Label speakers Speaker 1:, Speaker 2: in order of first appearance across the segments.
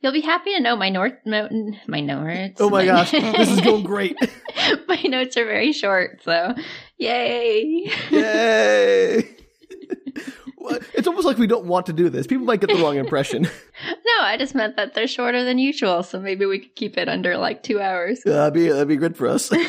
Speaker 1: You'll be happy to know my North Mountain, my notes.
Speaker 2: Oh my gosh, this is going great.
Speaker 1: my notes are very short, so yay!
Speaker 2: Yay! it's almost like we don't want to do this. People might get the wrong impression.
Speaker 1: No, I just meant that they're shorter than usual, so maybe we could keep it under like two hours.
Speaker 2: Uh, that'd be that'd be good for us.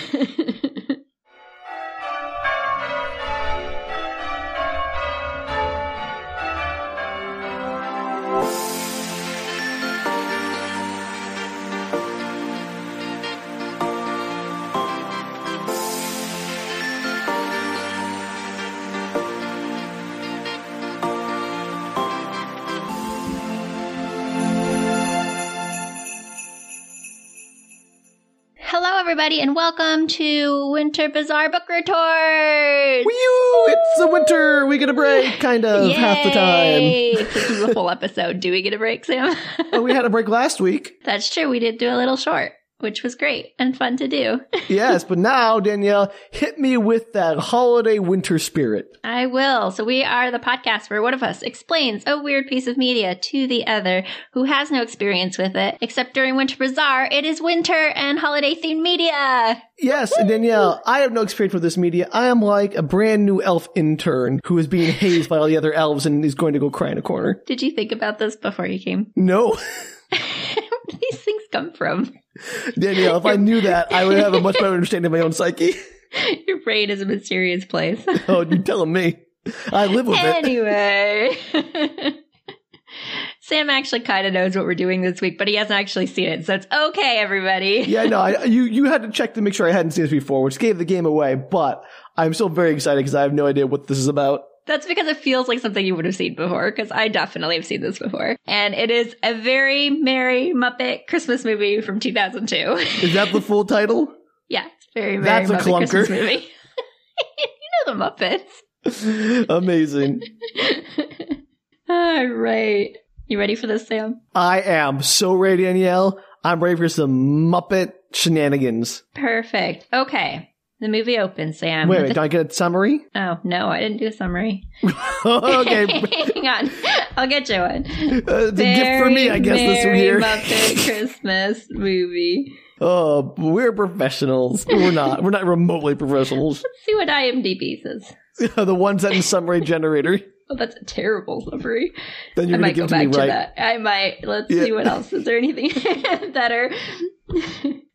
Speaker 1: Hello, everybody, and welcome to Winter Bazaar Book Retort.
Speaker 2: Whew, it's the winter. We get a break, kind of half the time.
Speaker 1: Yay! this is a full episode. Do we get a break, Sam?
Speaker 2: Oh, we had a break last week.
Speaker 1: That's true. We did do a little short, which was great and fun to do.
Speaker 2: Yes, but now Danielle hit me with that holiday winter spirit.
Speaker 1: I will. So we are the podcast where one of us explains a weird piece of media to the other who has no experience with it, except during Winter Bazaar. It is winter and holiday themed media.
Speaker 2: Yes, and Danielle, I have no experience with this media. I am like a brand new elf intern who is being hazed by all the other elves and is going to go cry in a corner.
Speaker 1: Did you think about this before you came?
Speaker 2: No,
Speaker 1: Where do these things come from?
Speaker 2: Danielle, if I knew that, I would have a much better understanding of my own psyche.
Speaker 1: Your brain is a mysterious place.
Speaker 2: Oh, you're telling me. I live with it.
Speaker 1: anyway. Sam actually kind of knows what we're doing this week, but he hasn't actually seen it, so it's okay, everybody.
Speaker 2: Yeah, no, I, you you had to check to make sure I hadn't seen this before, which gave the game away. But I'm still very excited because I have no idea what this is about.
Speaker 1: That's because it feels like something you would have seen before, because I definitely have seen this before. And it is a very merry Muppet Christmas movie from 2002.
Speaker 2: Is that the full title?
Speaker 1: yeah, it's very merry
Speaker 2: That's a
Speaker 1: Muppet
Speaker 2: clunker.
Speaker 1: Christmas movie. you know the Muppets.
Speaker 2: Amazing.
Speaker 1: All right. You ready for this, Sam?
Speaker 2: I am so ready, Danielle. I'm ready for some Muppet shenanigans.
Speaker 1: Perfect. Okay. The movie opens, Sam.
Speaker 2: Wait, wait, don't I get a summary?
Speaker 1: Oh, no, I didn't do a summary.
Speaker 2: okay,
Speaker 1: Hang on. I'll get you one.
Speaker 2: uh, it's a gift for me, I guess, this
Speaker 1: Merry
Speaker 2: year.
Speaker 1: Muppet Christmas movie.
Speaker 2: Oh, we're professionals. We're not. We're not remotely professionals.
Speaker 1: See what IMDb says.
Speaker 2: the one sentence summary generator.
Speaker 1: Oh, that's a terrible summary.
Speaker 2: Then
Speaker 1: I
Speaker 2: you're
Speaker 1: might
Speaker 2: going
Speaker 1: go
Speaker 2: to give
Speaker 1: back
Speaker 2: it to
Speaker 1: to,
Speaker 2: me right.
Speaker 1: that. I might. Let's
Speaker 2: Yeah.
Speaker 1: see what else. Is there anything better?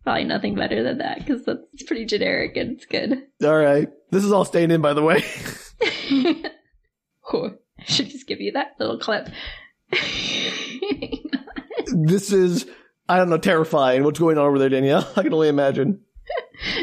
Speaker 1: Probably nothing better than that because that's pretty generic and it's good.
Speaker 2: All right. This is all staying in, by the way.
Speaker 1: Oh, I should just give you that little clip.
Speaker 2: this is, I don't know, terrifying. What's going on over there, Danielle? I can only imagine.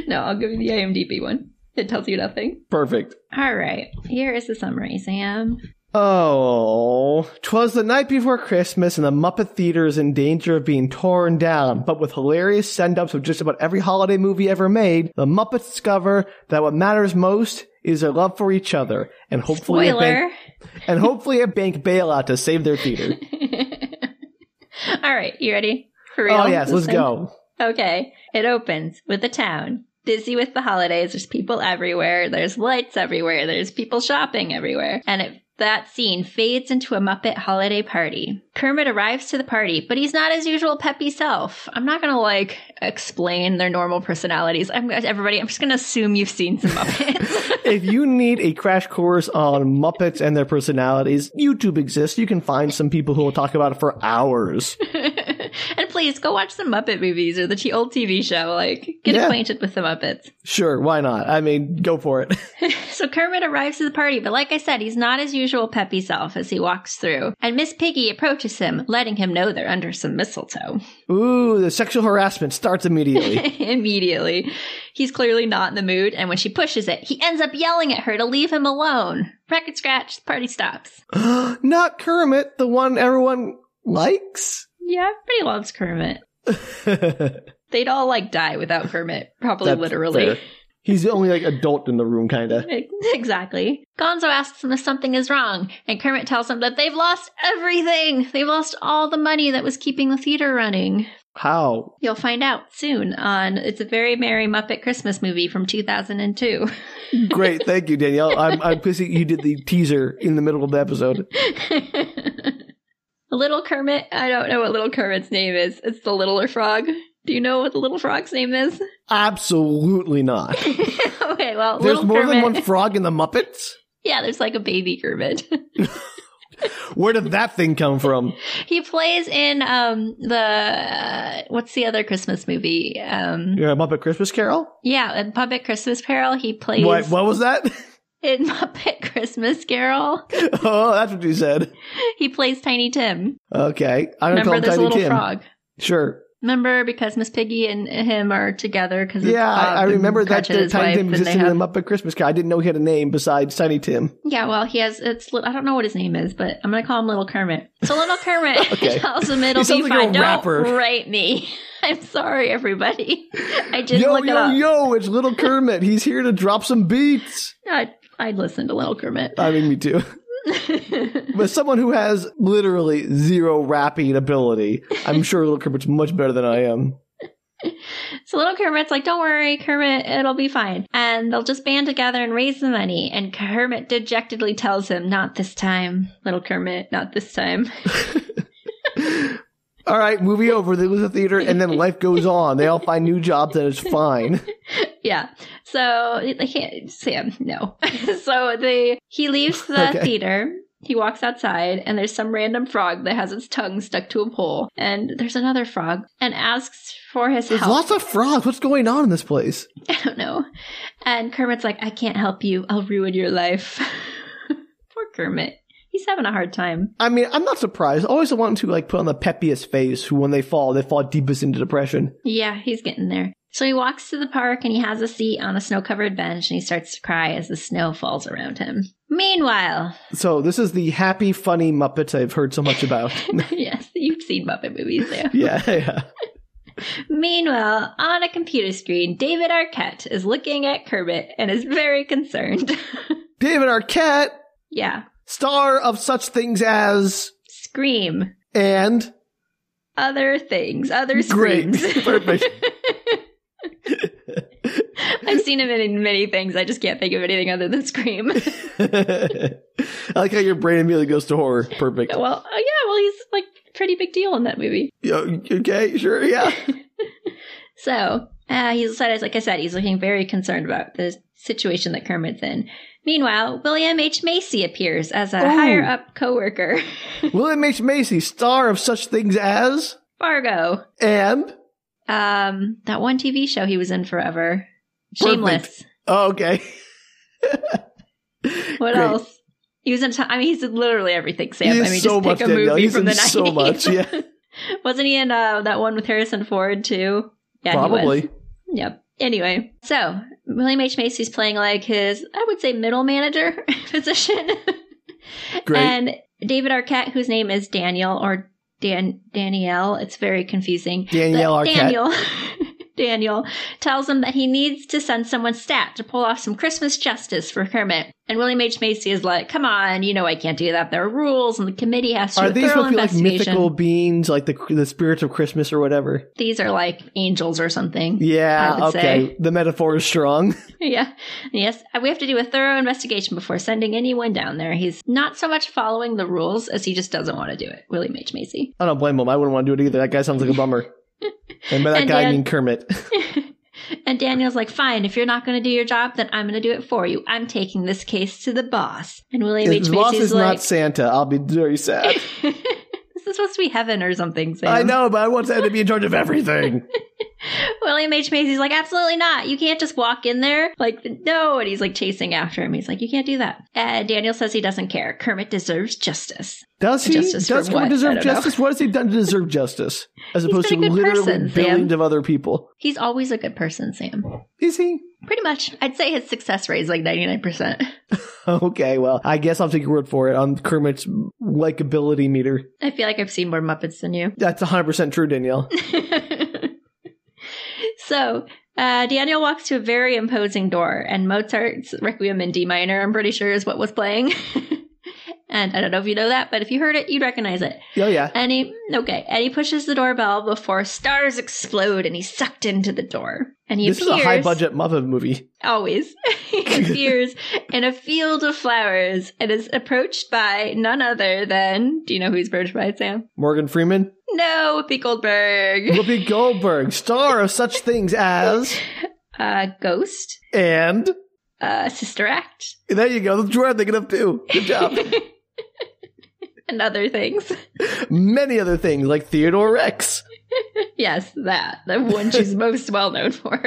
Speaker 1: no, I'll give you the IMDb one. It tells you nothing.
Speaker 2: Perfect.
Speaker 1: All right. Here is the summary, Sam.
Speaker 2: Oh, 'twas the night before Christmas, and the Muppet Theater is in danger of being torn down. But with hilarious send ups of just about every holiday movie ever made, the Muppets discover that what matters most is their love for each other, and hopefully a bank,
Speaker 1: Spoiler.
Speaker 2: and hopefully a bank bailout to save their theater.
Speaker 1: All right, you ready? For real?
Speaker 2: oh yes, let's
Speaker 1: This time?
Speaker 2: go.
Speaker 1: Okay. It opens with a town. Busy with the holidays. There's people everywhere. There's lights everywhere. There's people shopping everywhere. And it, that scene fades into a Muppet holiday party. Kermit arrives to the party, but he's not his usual peppy self. I'm not gonna like explain their normal personalities. I'm everybody. I'm just gonna assume you've seen some Muppets.
Speaker 2: if you need a crash course on Muppets and their personalities, YouTube exists. You can find some people who will talk about it for hours.
Speaker 1: and please go watch some Muppet movies or the t- old TV show. Like get
Speaker 2: Yeah.
Speaker 1: acquainted with the Muppets.
Speaker 2: Sure, why not? I mean, go for it.
Speaker 1: So Kermit arrives to the party, but like I said, he's not his usual peppy self as he walks through. And Miss Piggy approaches him, letting him know they're under some mistletoe.
Speaker 2: Ooh, the sexual harassment starts immediately.
Speaker 1: Immediately, he's clearly not in the mood, and when she pushes it, he ends up yelling at her to leave him alone. Record scratch, the party stops.
Speaker 2: not Kermit, the one everyone likes.
Speaker 1: Yeah, everybody loves Kermit. They'd all like die without Kermit, probably
Speaker 2: That's
Speaker 1: literally.
Speaker 2: fair. He's the only like adult in the room, kind of.
Speaker 1: Exactly. Gonzo asks him if something is wrong, and Kermit tells him that they've lost everything. They've lost all the money that was keeping the theater running.
Speaker 2: How?
Speaker 1: You'll find out soon on It's a Very Merry Muppet Christmas movie from 2002.
Speaker 2: Great, thank you, Danielle. I'm I'm pissy. You did the teaser in the middle of the episode.
Speaker 1: Little Kermit. I don't know what Little Kermit's name is. It's the littler frog. Do you know what the little frog's name is?
Speaker 2: Absolutely not.
Speaker 1: okay, well,
Speaker 2: There's
Speaker 1: little
Speaker 2: more
Speaker 1: Kermit.
Speaker 2: than one frog in the Muppets?
Speaker 1: yeah, there's like a baby Kermit.
Speaker 2: Where did that thing come from?
Speaker 1: he plays in um the uh, what's the other Christmas movie? Um
Speaker 2: Your Muppet Christmas Carol?
Speaker 1: yeah, in Puppet Christmas Carol, he plays
Speaker 2: What, what was that?
Speaker 1: in Muppet Christmas Carol.
Speaker 2: oh, that's what you said.
Speaker 1: He plays Tiny Tim.
Speaker 2: Okay. I'm going to call
Speaker 1: Remember
Speaker 2: him
Speaker 1: there's a
Speaker 2: Tiny
Speaker 1: little
Speaker 2: Tim.
Speaker 1: frog.
Speaker 2: Sure.
Speaker 1: Remember because Miss Piggy and him are together um, because
Speaker 2: Yeah, I, I remember that the
Speaker 1: Tiny
Speaker 2: Tiny Tim existed
Speaker 1: have,
Speaker 2: in the Muppet Christmas Carol. I didn't know he had a name besides Tiny Tim.
Speaker 1: Yeah, well, he has. It's li- I don't know what his name is, but I'm gonna call him Little Kermit. So Little Kermit
Speaker 2: Okay.
Speaker 1: tells him it'll
Speaker 2: He
Speaker 1: be
Speaker 2: sounds like a
Speaker 1: fine. Don't
Speaker 2: rapper.
Speaker 1: rate me. I'm sorry, everybody. I did
Speaker 2: yo,
Speaker 1: look it
Speaker 2: yo,
Speaker 1: up.
Speaker 2: yo, it's Little Kermit. He's here to drop some beats.
Speaker 1: I, I'd listen to Little Kermit.
Speaker 2: I mean, me too. But someone who has literally zero rapping ability, I'm sure Little Kermit's much better than I am.
Speaker 1: so Little Kermit's like, "Don't worry, Kermit. It'll be fine." And they'll just band together and raise the money. And Kermit dejectedly tells him, "Not this time, Little Kermit. Not this time."
Speaker 2: All right, movie over. They lose the theater, and then life goes on. They all find new jobs, and it's fine.
Speaker 1: Yeah. So they can't, Sam, no. so they he leaves the
Speaker 2: Okay.
Speaker 1: theater. He walks outside, and there's some random frog that has its tongue stuck to a pole. And there's another frog, and asks for his
Speaker 2: There's
Speaker 1: help.
Speaker 2: lots of frogs. What's going on in this place?
Speaker 1: I don't know. And Kermit's like, I can't help you. I'll ruin your life. Poor Kermit. He's having a hard time.
Speaker 2: I mean, I'm not surprised. Always the one to like put on the peppiest face who, when they fall, they fall deepest into depression.
Speaker 1: Yeah, he's getting there. So he walks to the park and he has a seat on a snow covered bench and he starts to cry as the snow falls around him. Meanwhile,
Speaker 2: So this is the happy, funny Muppets I've heard so much about.
Speaker 1: yes, you've seen Muppet movies there.
Speaker 2: yeah, yeah.
Speaker 1: Meanwhile, on a computer screen, David Arquette is looking at Kermit and is very concerned.
Speaker 2: David Arquette,
Speaker 1: yeah.
Speaker 2: star of such things as
Speaker 1: Scream.
Speaker 2: and
Speaker 1: Other things. Other
Speaker 2: Great.
Speaker 1: screams.
Speaker 2: Perfect.
Speaker 1: I've seen him in many things. I just can't think of anything other than Scream.
Speaker 2: I like how your brain immediately goes to horror. Perfect.
Speaker 1: well, uh, yeah, well, he's like pretty big deal in that movie.
Speaker 2: Yeah, Okay, sure, yeah.
Speaker 1: So, uh, he's decided, like I said, he's looking very concerned about the situation that Kermit's in. Meanwhile, William H. Macy appears as a
Speaker 2: Oh.
Speaker 1: higher up coworker.
Speaker 2: William H. Macy, star of such things as
Speaker 1: Fargo.
Speaker 2: and
Speaker 1: Um, that one TV show he was in forever.
Speaker 2: Perfect.
Speaker 1: Shameless.
Speaker 2: oh, okay.
Speaker 1: What
Speaker 2: Great.
Speaker 1: else? He was in. T- I mean, he's in literally everything. Sam.
Speaker 2: He is
Speaker 1: I mean,
Speaker 2: so
Speaker 1: just pick
Speaker 2: much
Speaker 1: a
Speaker 2: Danielle.
Speaker 1: movie
Speaker 2: He's
Speaker 1: from the
Speaker 2: in so
Speaker 1: 90s.
Speaker 2: much, yeah.
Speaker 1: Wasn't he in uh, that one with Harrison Ford too? Yeah, he was.
Speaker 2: Probably.
Speaker 1: Yep. Anyway, so William H Macy's playing like his, I would say, middle manager position,
Speaker 2: Great.
Speaker 1: and David Arquette, whose name is Daniel or Dan Danielle. It's very confusing.
Speaker 2: Danielle
Speaker 1: But
Speaker 2: Arquette.
Speaker 1: Daniel. Daniel tells him that he needs to send someone stat to pull off some Christmas justice for Kermit. And William H. Macy is like, come on, you know I can't do that. There are rules, and the committee has to do
Speaker 2: Are
Speaker 1: a
Speaker 2: these
Speaker 1: thorough
Speaker 2: supposed to be like
Speaker 1: investigation.
Speaker 2: mythical beings, like the the spirits of Christmas or whatever?
Speaker 1: These are like angels or something. I
Speaker 2: Yeah,
Speaker 1: would
Speaker 2: okay.
Speaker 1: say.
Speaker 2: The metaphor is strong.
Speaker 1: Yeah. Yes. Uh, We have to do a thorough investigation before sending anyone down there. He's not so much following the rules as he just doesn't want to do it, William H. Macy.
Speaker 2: I don't blame him. I wouldn't want to do it either. That guy sounds like a bummer. And by that
Speaker 1: And
Speaker 2: guy, I
Speaker 1: Dan-
Speaker 2: mean Kermit.
Speaker 1: and Daniel's like, fine, if you're not going to do your job, then I'm going to do it for you. I'm taking this case to the boss. And William H.
Speaker 2: His boss
Speaker 1: Macy's
Speaker 2: is
Speaker 1: like,
Speaker 2: not Santa. I'll be very sad.
Speaker 1: this is supposed to be heaven or something. Sam.
Speaker 2: I know, but I want Santa to be in charge of everything.
Speaker 1: William H. Macy's like, absolutely not. You can't just walk in there. Like, no. And he's like chasing after him. He's like, you can't do that. And Daniel says he doesn't care. Kermit deserves justice.
Speaker 2: Does he?
Speaker 1: Justice
Speaker 2: does
Speaker 1: for
Speaker 2: Kermit
Speaker 1: what? I
Speaker 2: deserve
Speaker 1: don't know.
Speaker 2: justice? What has he done to deserve justice? As opposed to
Speaker 1: been a good
Speaker 2: literally
Speaker 1: person, Sam.
Speaker 2: billions of other people.
Speaker 1: He's always a good person, Sam.
Speaker 2: Is he?
Speaker 1: Pretty much. I'd say his success rate is like 99%.
Speaker 2: Okay, well, I guess I'll take your word for it on Kermit's likability meter.
Speaker 1: I feel like I've seen more Muppets than you.
Speaker 2: That's 100% true, Danielle.
Speaker 1: so, uh, Daniel walks to a very imposing door, and Mozart's Requiem in D minor, I'm pretty sure, is what was playing. And I don't know if you know that, but if you heard it, you'd recognize it.
Speaker 2: Oh, yeah.
Speaker 1: And he, okay, and he pushes the doorbell before stars explode and he's sucked into the door. And he
Speaker 2: This is
Speaker 1: appears,
Speaker 2: a high budget Muppet movie.
Speaker 1: always, he appears in a field of flowers and is approached by none other than, do you know who he's approached by, Sam?
Speaker 2: Morgan Freeman,
Speaker 1: No, Whoopi Goldberg.
Speaker 2: Whoopi Goldberg, star of such things as
Speaker 1: Uh, Ghost,
Speaker 2: and
Speaker 1: uh, Sister Act,
Speaker 2: there you go. That's where I'm thinking of too. Good job.
Speaker 1: and other things.
Speaker 2: Many other things like Theodore Rex.
Speaker 1: yes, that. The one she's most well known for.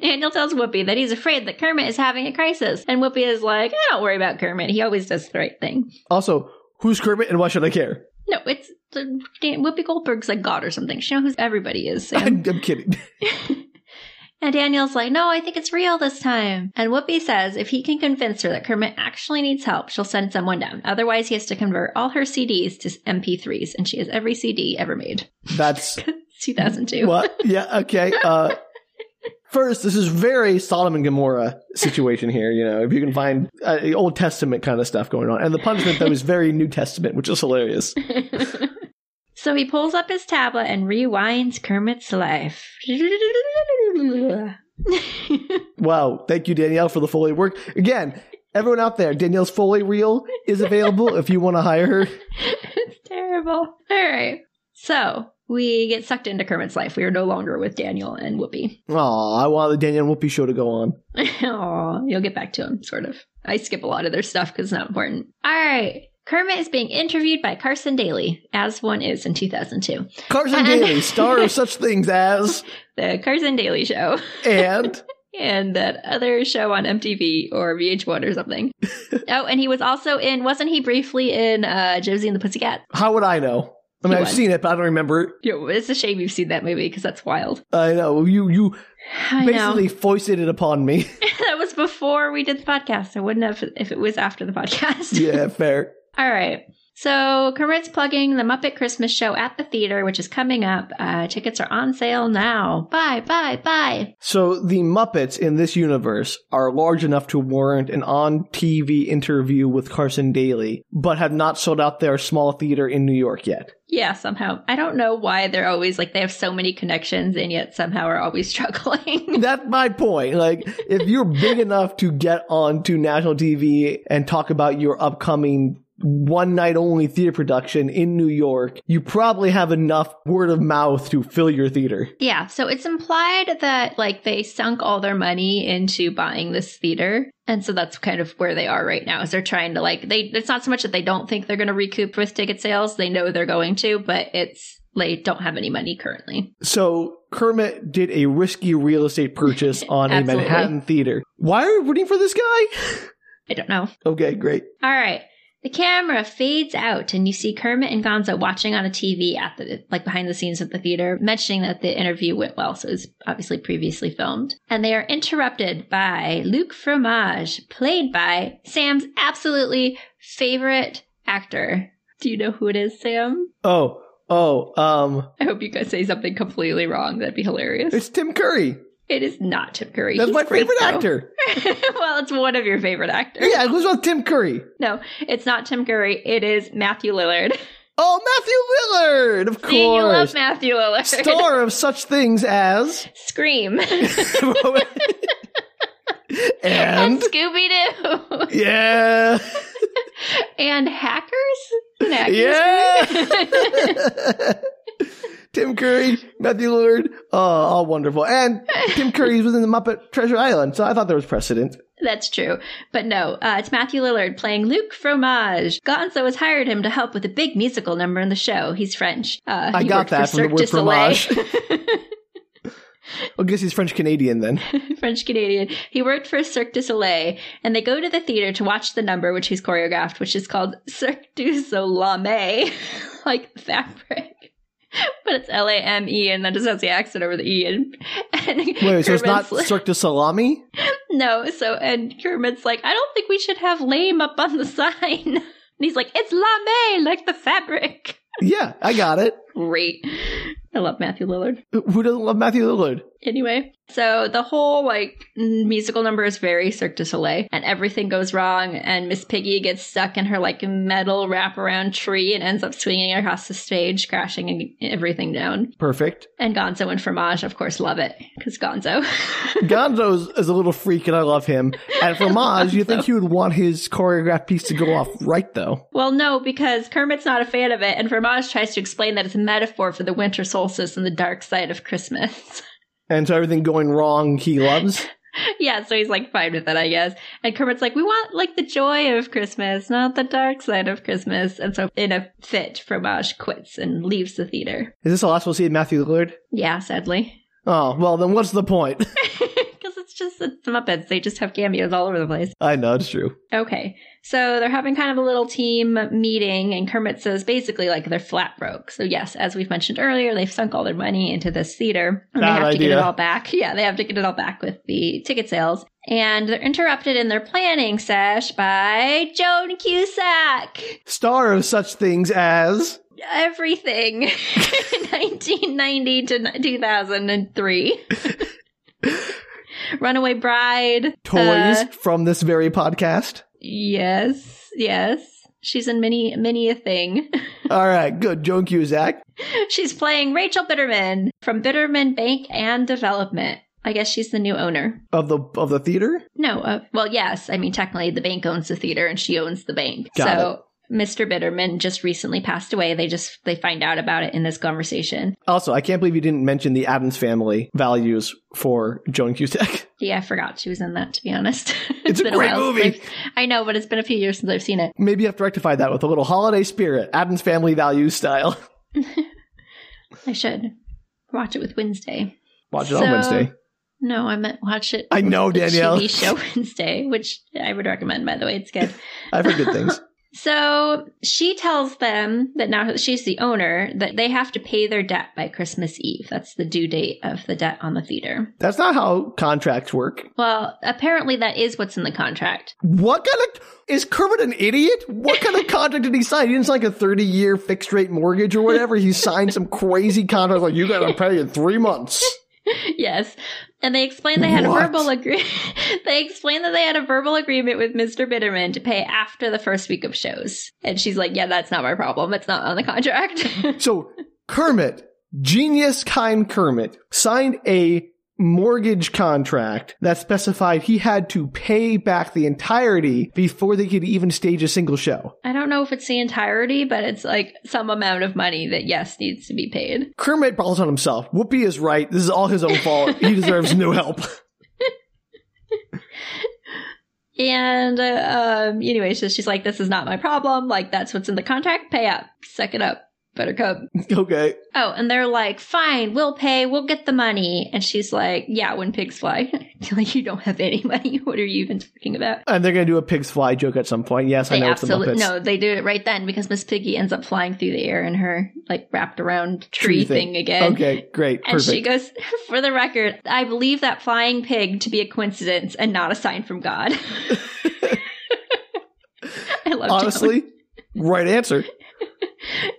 Speaker 1: Daniel tells Whoopi that he's afraid that Kermit is having a crisis, and Whoopi is like, "I don't worry about Kermit. He always does the right thing."
Speaker 2: also, who's Kermit and why should I care?
Speaker 1: No, it's the, Dan- Whoopi Goldberg's like God or something. She knows who everybody is. Sam.
Speaker 2: I'm, I'm kidding.
Speaker 1: and Daniel's like, "No, I think it's real this time." And Whoopi says if he can convince her that Kermit actually needs help, she'll send someone down. Otherwise, he has to convert all her CDs to MP3s, and she has every CD ever made.
Speaker 2: That's
Speaker 1: 2002.
Speaker 2: what. Yeah. Okay. Uh, first, this is very Sodom and Gomorrah situation here. You know, if you can find uh, Old Testament kind of stuff going on, and the punishment though is very New Testament, which is hilarious.
Speaker 1: So he pulls up his tablet and rewinds Kermit's life.
Speaker 2: Wow. Thank you, Danielle, for the Foley work. Again, everyone out there, Danielle's Foley reel is available if you want to hire her.
Speaker 1: it's terrible. All right. So we get sucked into Kermit's life. We are no longer with Daniel and Whoopi.
Speaker 2: Aw, I want the Danielle and Whoopi show to go on.
Speaker 1: Aw, you'll get back to him, sort of. I skip a lot of their stuff because it's not important. All right. Kermit is being interviewed by Carson Daly, as one is in 2002.
Speaker 2: Carson
Speaker 1: And-
Speaker 2: Daly, star of such things as
Speaker 1: The Carson Daly Show
Speaker 2: and
Speaker 1: and that other show on MTV or VH1 or something. oh, and he was also in, wasn't he briefly in uh, Josie and the Pussycat?
Speaker 2: how would I know? I mean,
Speaker 1: He
Speaker 2: I've
Speaker 1: was.
Speaker 2: seen it, but I don't remember it.
Speaker 1: Yo, it's a shame you've seen that movie because that's wild.
Speaker 2: I know you you
Speaker 1: I know.
Speaker 2: basically foisted it upon me.
Speaker 1: that was before we did the podcast. I wouldn't have if it was after the podcast.
Speaker 2: yeah, fair.
Speaker 1: All right. So Kermit's plugging the Muppet Christmas show at the theater, which is coming up. Uh, tickets are on sale now. Bye, bye, bye.
Speaker 2: So the Muppets in this universe are large enough to warrant an on-TV interview with Carson Daly, but have not sold out their small theater in New York yet.
Speaker 1: Yeah, somehow. I don't know why they're always like they have so many connections and yet somehow are always struggling.
Speaker 2: That's my point. Like, if you're big enough to get onto national TV and talk about your upcoming one night only theater production in New York, you probably have enough word of mouth to fill your theater.
Speaker 1: yeah, so it's implied that like they sunk all their money into buying this theater. And so that's kind of where they are right now. Is they're trying to like they it's not so much that they don't think they're going to recoup with ticket sales. They know they're going to, but it's they don't have any money currently.
Speaker 2: So Kermit did a risky real estate purchase on a
Speaker 1: Absolutely.
Speaker 2: Manhattan theater. Why are we rooting for this guy?
Speaker 1: I don't know.
Speaker 2: okay, great.
Speaker 1: All right. The camera fades out, and you see Kermit and Gonzo watching on a TV at the like behind the scenes of the theater, mentioning that the interview went well, so it was obviously previously filmed. And they are interrupted by Luc Fromage, played by Sam's absolutely favorite actor. Do you know who it is, Sam?
Speaker 2: Oh, oh, um,
Speaker 1: I hope you guys say something completely wrong. That'd be hilarious.
Speaker 2: it's Tim Curry.
Speaker 1: It is not Tim Curry.
Speaker 2: That's
Speaker 1: He's
Speaker 2: my
Speaker 1: great,
Speaker 2: favorite
Speaker 1: though.
Speaker 2: actor.
Speaker 1: well, it's one of your favorite actors.
Speaker 2: Yeah, it was with Tim Curry.
Speaker 1: No, it's not Tim Curry. It is Matthew Lillard.
Speaker 2: Oh, Matthew Lillard, of
Speaker 1: See, you love
Speaker 2: course.
Speaker 1: Matthew Lillard.
Speaker 2: Star of such things as
Speaker 1: Scream and
Speaker 2: and
Speaker 1: Scooby Doo
Speaker 2: yeah,
Speaker 1: and Hackers. And Hackers.
Speaker 2: yeah. Tim Curry, Matthew Lillard, oh, all wonderful. And Tim Curry was in the Muppet Treasure Island, so I thought there was precedent.
Speaker 1: That's true. But no, uh, it's Matthew Lillard playing Luc Fromage. Gonzo has hired him to help with a big musical number in the show. He's French. Uh,
Speaker 2: I
Speaker 1: he
Speaker 2: got
Speaker 1: worked
Speaker 2: that
Speaker 1: for
Speaker 2: from the word
Speaker 1: Cirque du Soleil.
Speaker 2: I guess he's French Canadian then.
Speaker 1: French Canadian. He worked for Cirque du Soleil, and they go to the theater to watch the number which he's choreographed, which is called Cirque du Soleil, like fabric. But it's L A M E, and then just has the accent over the E. And, and
Speaker 2: Wait, so it's not
Speaker 1: Kermit's like-
Speaker 2: Cirque du Salami?
Speaker 1: no. So and Kermit's like, I don't think we should have lame up on the sign. And he's like, it's lame, like the fabric.
Speaker 2: Yeah, I got it.
Speaker 1: Great. I love Matthew Lillard.
Speaker 2: Who doesn't love Matthew Lillard?
Speaker 1: Anyway, so the whole like n- musical number is very Cirque du Soleil, and everything goes wrong, and Miss Piggy gets stuck in her like metal wraparound tree and ends up swinging across the stage, crashing and everything down.
Speaker 2: Perfect.
Speaker 1: And Gonzo and Fromage, of course, love it because Gonzo.
Speaker 2: Gonzo is- is a little freak, and I love him. And Fromage, you think he would want his choreographed piece to go off right, though?
Speaker 1: well, no, because Kermit's not a fan of it, and Fromage tries to explain that it's a metaphor for the winter solstice and the dark side of Christmas.
Speaker 2: And so everything going wrong, he loves.
Speaker 1: yeah, so he's like fine with it, I guess. And Kermit's like, we want like the joy of Christmas, not the dark side of Christmas. And so in a fit, Fromage quits and leaves the theater.
Speaker 2: Is this the last we'll see of Matthew Lillard?
Speaker 1: Yeah, sadly.
Speaker 2: Oh, well, then what's the point?
Speaker 1: Because it's just it's the Muppets. They just have cameos all over the place.
Speaker 2: I know, it's true.
Speaker 1: Okay. So they're having kind of a little team meeting, and Kermit says basically like they're flat broke. So, yes, as we've mentioned earlier, they've sunk all their money into this theater. And they
Speaker 2: Bad
Speaker 1: have to get it
Speaker 2: idea.
Speaker 1: all back. Yeah, they have to get it all back with the ticket sales. And they're interrupted in their planning sesh by Joan Cusack.
Speaker 2: Star of such things as.
Speaker 1: Everything 1990 to ni- 2003. Runaway Bride.
Speaker 2: toys
Speaker 1: uh,
Speaker 2: from this very podcast.
Speaker 1: Yes, yes. She's in many, many a thing.
Speaker 2: All right, good. Joan Cusack.
Speaker 1: she's playing Rachel Bitterman from Bitterman Bank and Development. I guess she's the new owner.
Speaker 2: Of the of the theater?
Speaker 1: No, uh, well, yes. I mean, technically, the bank owns the theater and she owns the bank.
Speaker 2: Got
Speaker 1: so Mr. Bitterman just recently passed away. They just they find out about it in this conversation.
Speaker 2: Also, I can't believe you didn't mention the Adams family values for Joan Cusack.
Speaker 1: Yeah, I forgot she was in that. To be honest,
Speaker 2: It's a great
Speaker 1: while since
Speaker 2: movie.
Speaker 1: I've- I know, but it's been a few years since I've seen it.
Speaker 2: Maybe you have to rectify that with a little holiday spirit, Adams family values style.
Speaker 1: I should watch it with Wednesday.
Speaker 2: Watch it
Speaker 1: So-
Speaker 2: on Wednesday.
Speaker 1: No, I meant watch it
Speaker 2: I know,
Speaker 1: the
Speaker 2: Oh, Danielle.
Speaker 1: TV show Wednesday, which I would recommend, by the way. It's good.
Speaker 2: I've heard good things.
Speaker 1: So she tells them that now that she's the owner, that they have to pay their debt by Christmas Eve. That's the due date of the debt on the theater.
Speaker 2: That's not how contracts work.
Speaker 1: Well, apparently that is what's in the contract.
Speaker 2: What kind of is Kermit an idiot? What kind of contract did he sign? He didn't sign like a thirty-year fixed-rate mortgage or whatever. He signed some crazy contract like you got to pay in three months.
Speaker 1: yes. And they explained they had a
Speaker 2: What?
Speaker 1: verbal agreement. they explained that they had a verbal agreement with Mr. Bitterman to pay after the first week of shows. And she's like, "Yeah, that's not my problem. It's not on the contract."
Speaker 2: So Kermit, genius kind Kermit, signed a mortgage contract that specified he had to pay back the entirety before they could even stage a single show.
Speaker 1: I don't know if it's the entirety, but it's like some amount of money that yes needs to be paid.
Speaker 2: Kermit balls on himself. Whoopi is right. This is all his own fault. He deserves no help.
Speaker 1: And uh, um, anyway, so she's like, "This is not my problem. Like that's what's in the contract. Pay up, suck it up, Buttercup."
Speaker 2: Okay.
Speaker 1: Oh, and they're like, "Fine, we'll pay. We'll get the money." And she's like, "Yeah, when pigs fly, like you don't have any money. What are you even talking about?"
Speaker 2: And they're going to do a pig's fly joke at some point. Yes, I
Speaker 1: They
Speaker 2: know it's the
Speaker 1: absolutely
Speaker 2: Muppets.
Speaker 1: no. They do it right then because Miss Piggy ends up flying through the air in her like wrapped around tree, thing. again.
Speaker 2: Okay, great.
Speaker 1: And
Speaker 2: Perfect.
Speaker 1: she goes, for the record, I believe that flying pig to be a coincidence and not a sign from God. I love Honestly.
Speaker 2: Honestly, right answer.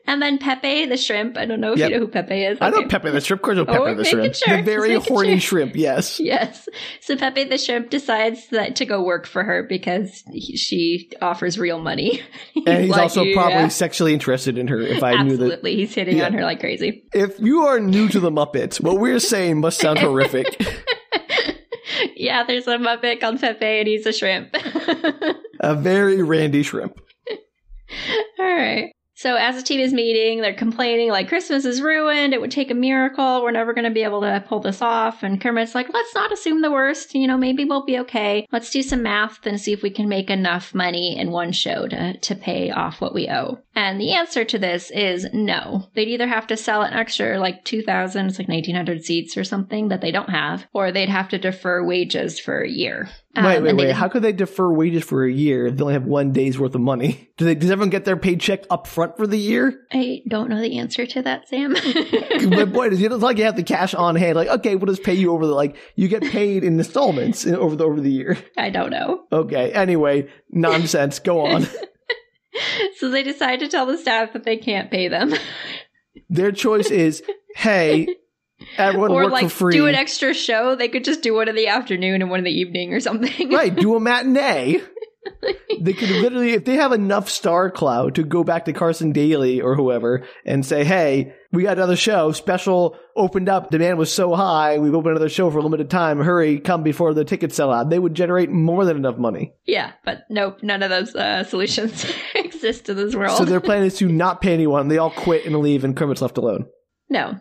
Speaker 1: And then Pepe the shrimp. I don't know if
Speaker 2: Yep.
Speaker 1: you know who Pepe is.
Speaker 2: I know
Speaker 1: Okay.
Speaker 2: Pepe the Shrimp. Of course, I know
Speaker 1: Oh,
Speaker 2: Pepe
Speaker 1: we're
Speaker 2: the
Speaker 1: making
Speaker 2: Shrimp.
Speaker 1: sure.
Speaker 2: The very
Speaker 1: Just making
Speaker 2: horny
Speaker 1: sure.
Speaker 2: shrimp, yes.
Speaker 1: Yes. So Pepe the shrimp decides that to go work for her because he, she offers real money.
Speaker 2: And he's
Speaker 1: like,
Speaker 2: also
Speaker 1: "Yeah."
Speaker 2: probably sexually interested in her, if I knew that.
Speaker 1: Absolutely. He's hitting
Speaker 2: Yeah.
Speaker 1: on her like crazy.
Speaker 2: If you are new to the Muppets, what we're saying must sound horrific.
Speaker 1: yeah, there's a Muppet called Pepe and he's a shrimp.
Speaker 2: A very Randy shrimp.
Speaker 1: All right. So as the team is meeting, they're complaining like Christmas is ruined. It would take a miracle. We're never going to be able to pull this off. And Kermit's like, let's not assume the worst. You know, maybe we'll be okay. Let's do some math and see if we can make enough money in one show to, to pay off what we owe. And the answer to this is no. They'd either have to sell an extra like 2,000, it's like 1,900 seats or something that they don't have, or they'd have to defer wages for a year. Um,
Speaker 2: wait, wait,
Speaker 1: and they
Speaker 2: wait.
Speaker 1: didn't-
Speaker 2: How could they defer wages for a year if they only have one day's worth of money? Do they, does everyone get their paycheck up front for the year?
Speaker 1: I don't know the answer to that, Sam.
Speaker 2: but boy, it's it's like you have the cash on hand. Like, okay, we'll just pay you over the, like, you get paid in installments in- over the, over the year.
Speaker 1: I don't know.
Speaker 2: Okay. Anyway, nonsense. Go on.
Speaker 1: So they decide to tell the staff that they can't pay them.
Speaker 2: Their choice is hey, everyone
Speaker 1: or
Speaker 2: work
Speaker 1: like
Speaker 2: for free.
Speaker 1: do an extra show. They could just do one in the afternoon and one in the evening or something.
Speaker 2: right, do a matinee. they could literally, if they have enough star clout to go back to Carson Daly or whoever and say, hey, we got another show, special opened up, demand was so high, we've opened another show for a limited time, hurry, come before the tickets sell out. They would generate more than enough money.
Speaker 1: yeah, but nope, none of those uh, solutions exist in this world.
Speaker 2: So their plan is to not pay anyone. They all quit and leave, and Kermit's left alone.
Speaker 1: No.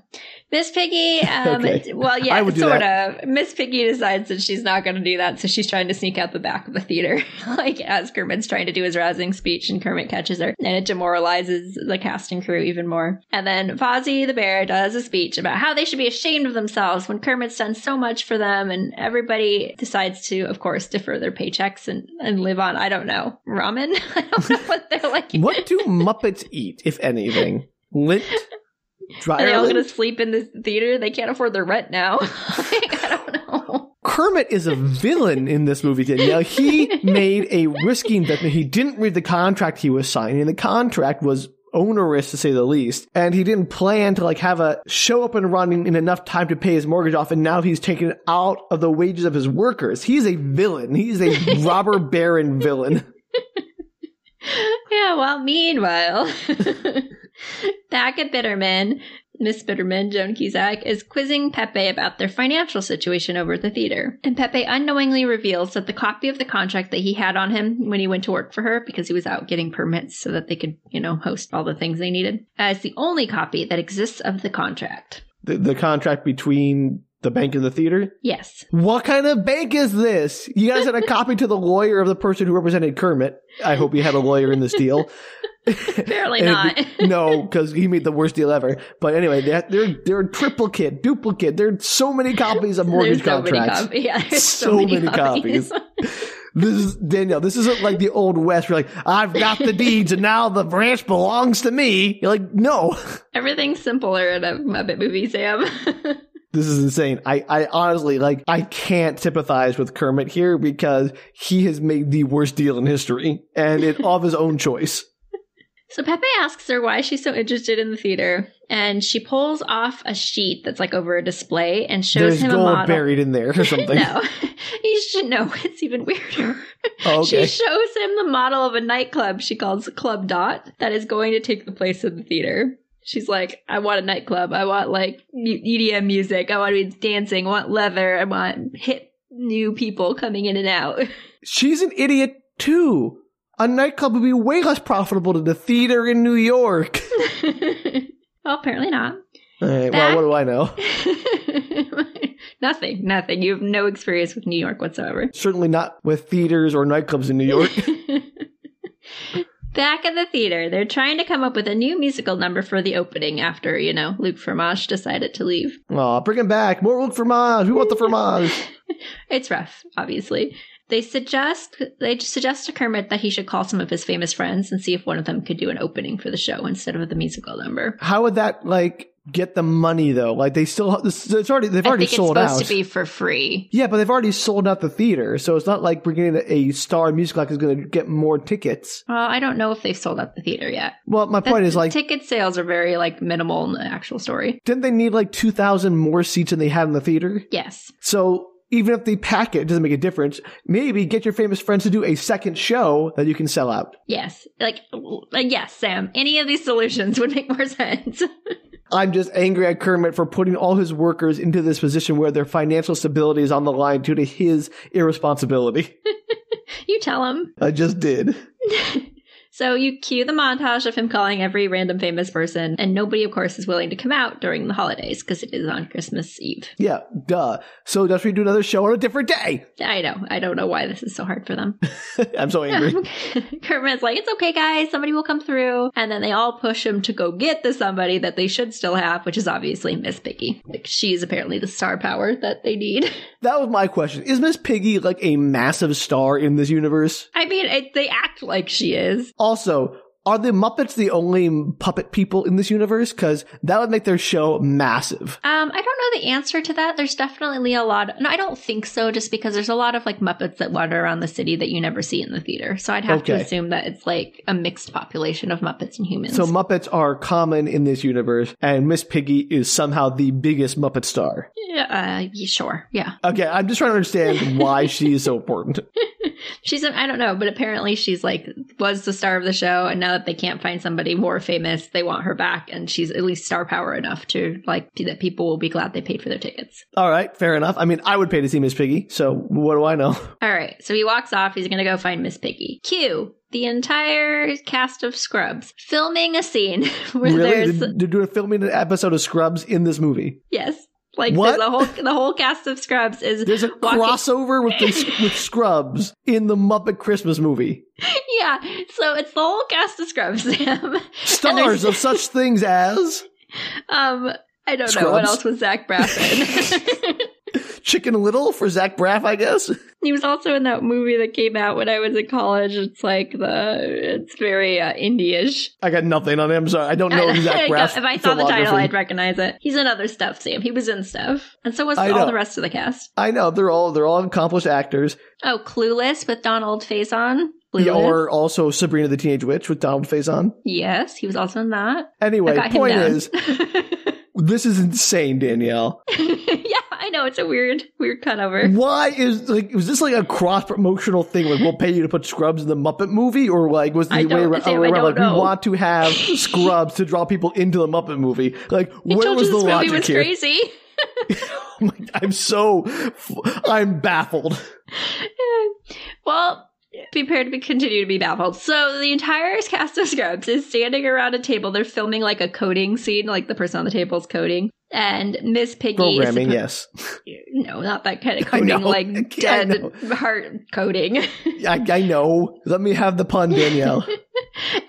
Speaker 1: Miss Piggy, um,
Speaker 2: Okay.
Speaker 1: well, yeah,
Speaker 2: I would do
Speaker 1: sort of. Miss Piggy decides that she's not going to do that, so she's trying to sneak out the back of the theater, like as Kermit's trying to do his rousing speech, and Kermit catches her, and it demoralizes the cast and crew even more. And then Fozzie the Bear does a speech about how they should be ashamed of themselves when Kermit's done so much for them, and everybody decides to, of course, defer their paychecks and, and live on, I don't know, ramen? I don't know what they're like.
Speaker 2: What do Muppets eat, if anything? Lint? Dry
Speaker 1: Are they all
Speaker 2: lint?
Speaker 1: going to sleep in this theater? They can't afford their rent now. Like, I don't know.
Speaker 2: Kermit is a villain in this movie, Danielle. He made a risky investment. He didn't read the contract he was signing. The contract was onerous to say the least. And he didn't plan to like have a show up and running in enough time to pay his mortgage off. And now he's taken out of the wages of his workers. He's a villain. He's a robber baron villain.
Speaker 1: Yeah, well, meanwhile, back at Bitterman, Miss Bitterman, Joan Cusack, is quizzing Pepe about their financial situation over at the theater. And Pepe unknowingly reveals that the copy of the contract that he had on him when he went to work for her, because he was out getting permits so that they could, you know, host all the things they needed, uh, is the only copy that exists of the contract.
Speaker 2: The, the contract between the bank and the theater.
Speaker 1: Yes.
Speaker 2: What kind of bank is this? You guys sent a copy to the lawyer of the person who represented Kermit. I hope you had a lawyer in this deal.
Speaker 1: Apparently
Speaker 2: And-
Speaker 1: not.
Speaker 2: no, because he made the worst deal ever. But anyway, they're they're, they're triplicate, duplicate. There are so many copies of mortgage
Speaker 1: There's so many
Speaker 2: contracts.
Speaker 1: cop- yeah, there's so,
Speaker 2: So
Speaker 1: many,
Speaker 2: many
Speaker 1: copies.
Speaker 2: This is Danielle. This isn't like the old west. where like, I've got the deeds, and now the branch belongs to me. You're like, no,
Speaker 1: Everything's simpler in a Muppet movie, Sam.
Speaker 2: this is insane. I, I honestly like I can't sympathize with Kermit here because he has made the worst deal in history, and it of his own choice.
Speaker 1: so Pepe asks her why she's so interested in the theater, and she pulls off a sheet that's like over a display and shows
Speaker 2: There's
Speaker 1: him a
Speaker 2: gold
Speaker 1: model.
Speaker 2: buried in there or something.
Speaker 1: no, you should know. It's even weirder.
Speaker 2: Oh, okay.
Speaker 1: She shows him the model of a nightclub she calls Club Dot that is going to take the place of the theater. She's like, I want a nightclub. I want like mu- EDM music. I want to be dancing. I want leather. I want hip new people coming in and out.
Speaker 2: She's an idiot too. A nightclub would be way less profitable than the theater in New York.
Speaker 1: well, apparently not.
Speaker 2: All right, well, what do I know?
Speaker 1: nothing, nothing. You have no experience with New York whatsoever.
Speaker 2: Certainly not with theaters or nightclubs in New York.
Speaker 1: Back at the theater, they're trying to come up with a new musical number for the opening after, you know, Luke Fromage decided to leave.
Speaker 2: Aw, bring him back. More work fromage. We want the fromage.
Speaker 1: It's rough, obviously. They suggest they suggest to Kermit that he should call some of his famous friends and see if one of them could do an opening for the show instead of the musical number.
Speaker 2: How would that like get the money though? Like they still this- it's already they've
Speaker 1: I
Speaker 2: already
Speaker 1: think it's
Speaker 2: sold
Speaker 1: supposed
Speaker 2: out.
Speaker 1: to be for free.
Speaker 2: yeah, but they've already sold out the theater, so it's not like bringing in a star musical act is going to get more tickets.
Speaker 1: Well, Uh, I don't know if they've sold out the theater yet.
Speaker 2: Well, my point
Speaker 1: The
Speaker 2: is like,
Speaker 1: ticket sales are very like minimal in the actual story.
Speaker 2: didn't they need like two thousand more seats than they had in the theater?
Speaker 1: Yes.
Speaker 2: So even if they pack it, it doesn't make a difference. Maybe get your famous friends to do a second show that you can sell out.
Speaker 1: Yes. Like uh, yes, Sam. Any of these solutions would make more sense.
Speaker 2: I'm just angry at Kermit for putting all his workers into this position where their financial stability is on the line due to his irresponsibility.
Speaker 1: you tell him.
Speaker 2: I just did.
Speaker 1: So you cue the montage of him calling every random famous person, and nobody, of course, is willing to come out during the holidays because it is on Christmas Eve.
Speaker 2: Yeah, duh. So just we do another show on a different day.
Speaker 1: I know. I don't know why this is so hard for them.
Speaker 2: I'm so angry.
Speaker 1: Kermit's like, it's okay, guys. Somebody will come through. And then they all push him to go get the somebody that they should still have, which is obviously Miss Piggy. Like, she's apparently the star power that they need.
Speaker 2: that was my question. Is Miss Piggy like a massive star in this universe?
Speaker 1: I mean, it, they act like she is.
Speaker 2: Also, Are the Muppets the only puppet people in this universe? Because that would make their show massive.
Speaker 1: Um, I don't know the answer to that. There's definitely a lot. No, I don't think so, just because there's a lot of like Muppets that wander around the city that you never see in the theater. So I'd have to
Speaker 2: Okay.
Speaker 1: assume that it's like a mixed population of Muppets and humans.
Speaker 2: So Muppets are common in this universe, and Miss Piggy is somehow the biggest Muppet star.
Speaker 1: yeah, uh, yeah, sure. Yeah.
Speaker 2: Okay, I'm just trying to understand why she is so important.
Speaker 1: She's, an, I don't know, but apparently she's like, was the star of the show. And now that they can't find somebody more famous, they want her back. And she's at least star power enough to like, that people will be glad they paid for their tickets.
Speaker 2: All right, fair enough. I mean, I would pay to see Miss Piggy, so what do I know?
Speaker 1: All right, so he walks off. He's going to go find Miss Piggy. Q, the entire cast of Scrubs, filming a scene where
Speaker 2: really?
Speaker 1: there's
Speaker 2: They're, they're doing filming an episode of Scrubs in this movie.
Speaker 1: yes, like
Speaker 2: What?
Speaker 1: there's the whole the whole cast of Scrubs is
Speaker 2: There's a
Speaker 1: walking-
Speaker 2: crossover with the, with Scrubs in the Muppet Christmas movie.
Speaker 1: yeah. So it's the whole cast of Scrubs. Sam. And there's-
Speaker 2: Stars of such things as
Speaker 1: um, I don't know what
Speaker 2: Scrubs.
Speaker 1: else was Zach Braff in.
Speaker 2: Chicken Little for Zach Braff, I guess.
Speaker 1: he was also in that movie that came out when I was in college. It's like the it's very uh, indie-ish.
Speaker 2: I got nothing on him, so I don't know
Speaker 1: I- I
Speaker 2: Zach
Speaker 1: don't-
Speaker 2: Braff.
Speaker 1: if I saw the title,
Speaker 2: filmography.
Speaker 1: I'd recognize it. He's in other stuff, Sam. He was in stuff, and so was
Speaker 2: I
Speaker 1: all
Speaker 2: know.
Speaker 1: the rest of the cast.
Speaker 2: I know they're all they're all accomplished actors.
Speaker 1: Oh, Clueless with Donald Faison.
Speaker 2: They
Speaker 1: Clueless.
Speaker 2: are also Sabrina the Teenage Witch with Donald Faison.
Speaker 1: yes, he was also in that. I
Speaker 2: Anyway,
Speaker 1: got him
Speaker 2: point
Speaker 1: down.
Speaker 2: is, this is insane, Danielle.
Speaker 1: yeah, I know it's a weird, weird cutover.
Speaker 2: Why is like was this like a cross promotional thing? Like we'll pay you to put Scrubs in the Muppet movie, or like was
Speaker 1: I
Speaker 2: the way
Speaker 1: don't-
Speaker 2: around?
Speaker 1: Sam,
Speaker 2: way
Speaker 1: I
Speaker 2: around,
Speaker 1: don't
Speaker 2: like
Speaker 1: know.
Speaker 2: we want to have Scrubs to draw people into the Muppet movie. Like
Speaker 1: I
Speaker 2: where
Speaker 1: told
Speaker 2: was
Speaker 1: you this
Speaker 2: the
Speaker 1: movie
Speaker 2: logic
Speaker 1: was
Speaker 2: here?
Speaker 1: crazy.
Speaker 2: I'm so I'm baffled.
Speaker 1: well, prepare to be, continue to be baffled. So the entire cast of Scrubs is standing around a table. They're filming like a coding scene, like the person on the table is coding. And Miss Piggy is
Speaker 2: Programming,
Speaker 1: suppo-
Speaker 2: yes,
Speaker 1: no, not that kind of
Speaker 2: I
Speaker 1: coding,
Speaker 2: know. I
Speaker 1: like dead
Speaker 2: know.
Speaker 1: heart coding.
Speaker 2: I, I know. Let me have the pun, Danielle.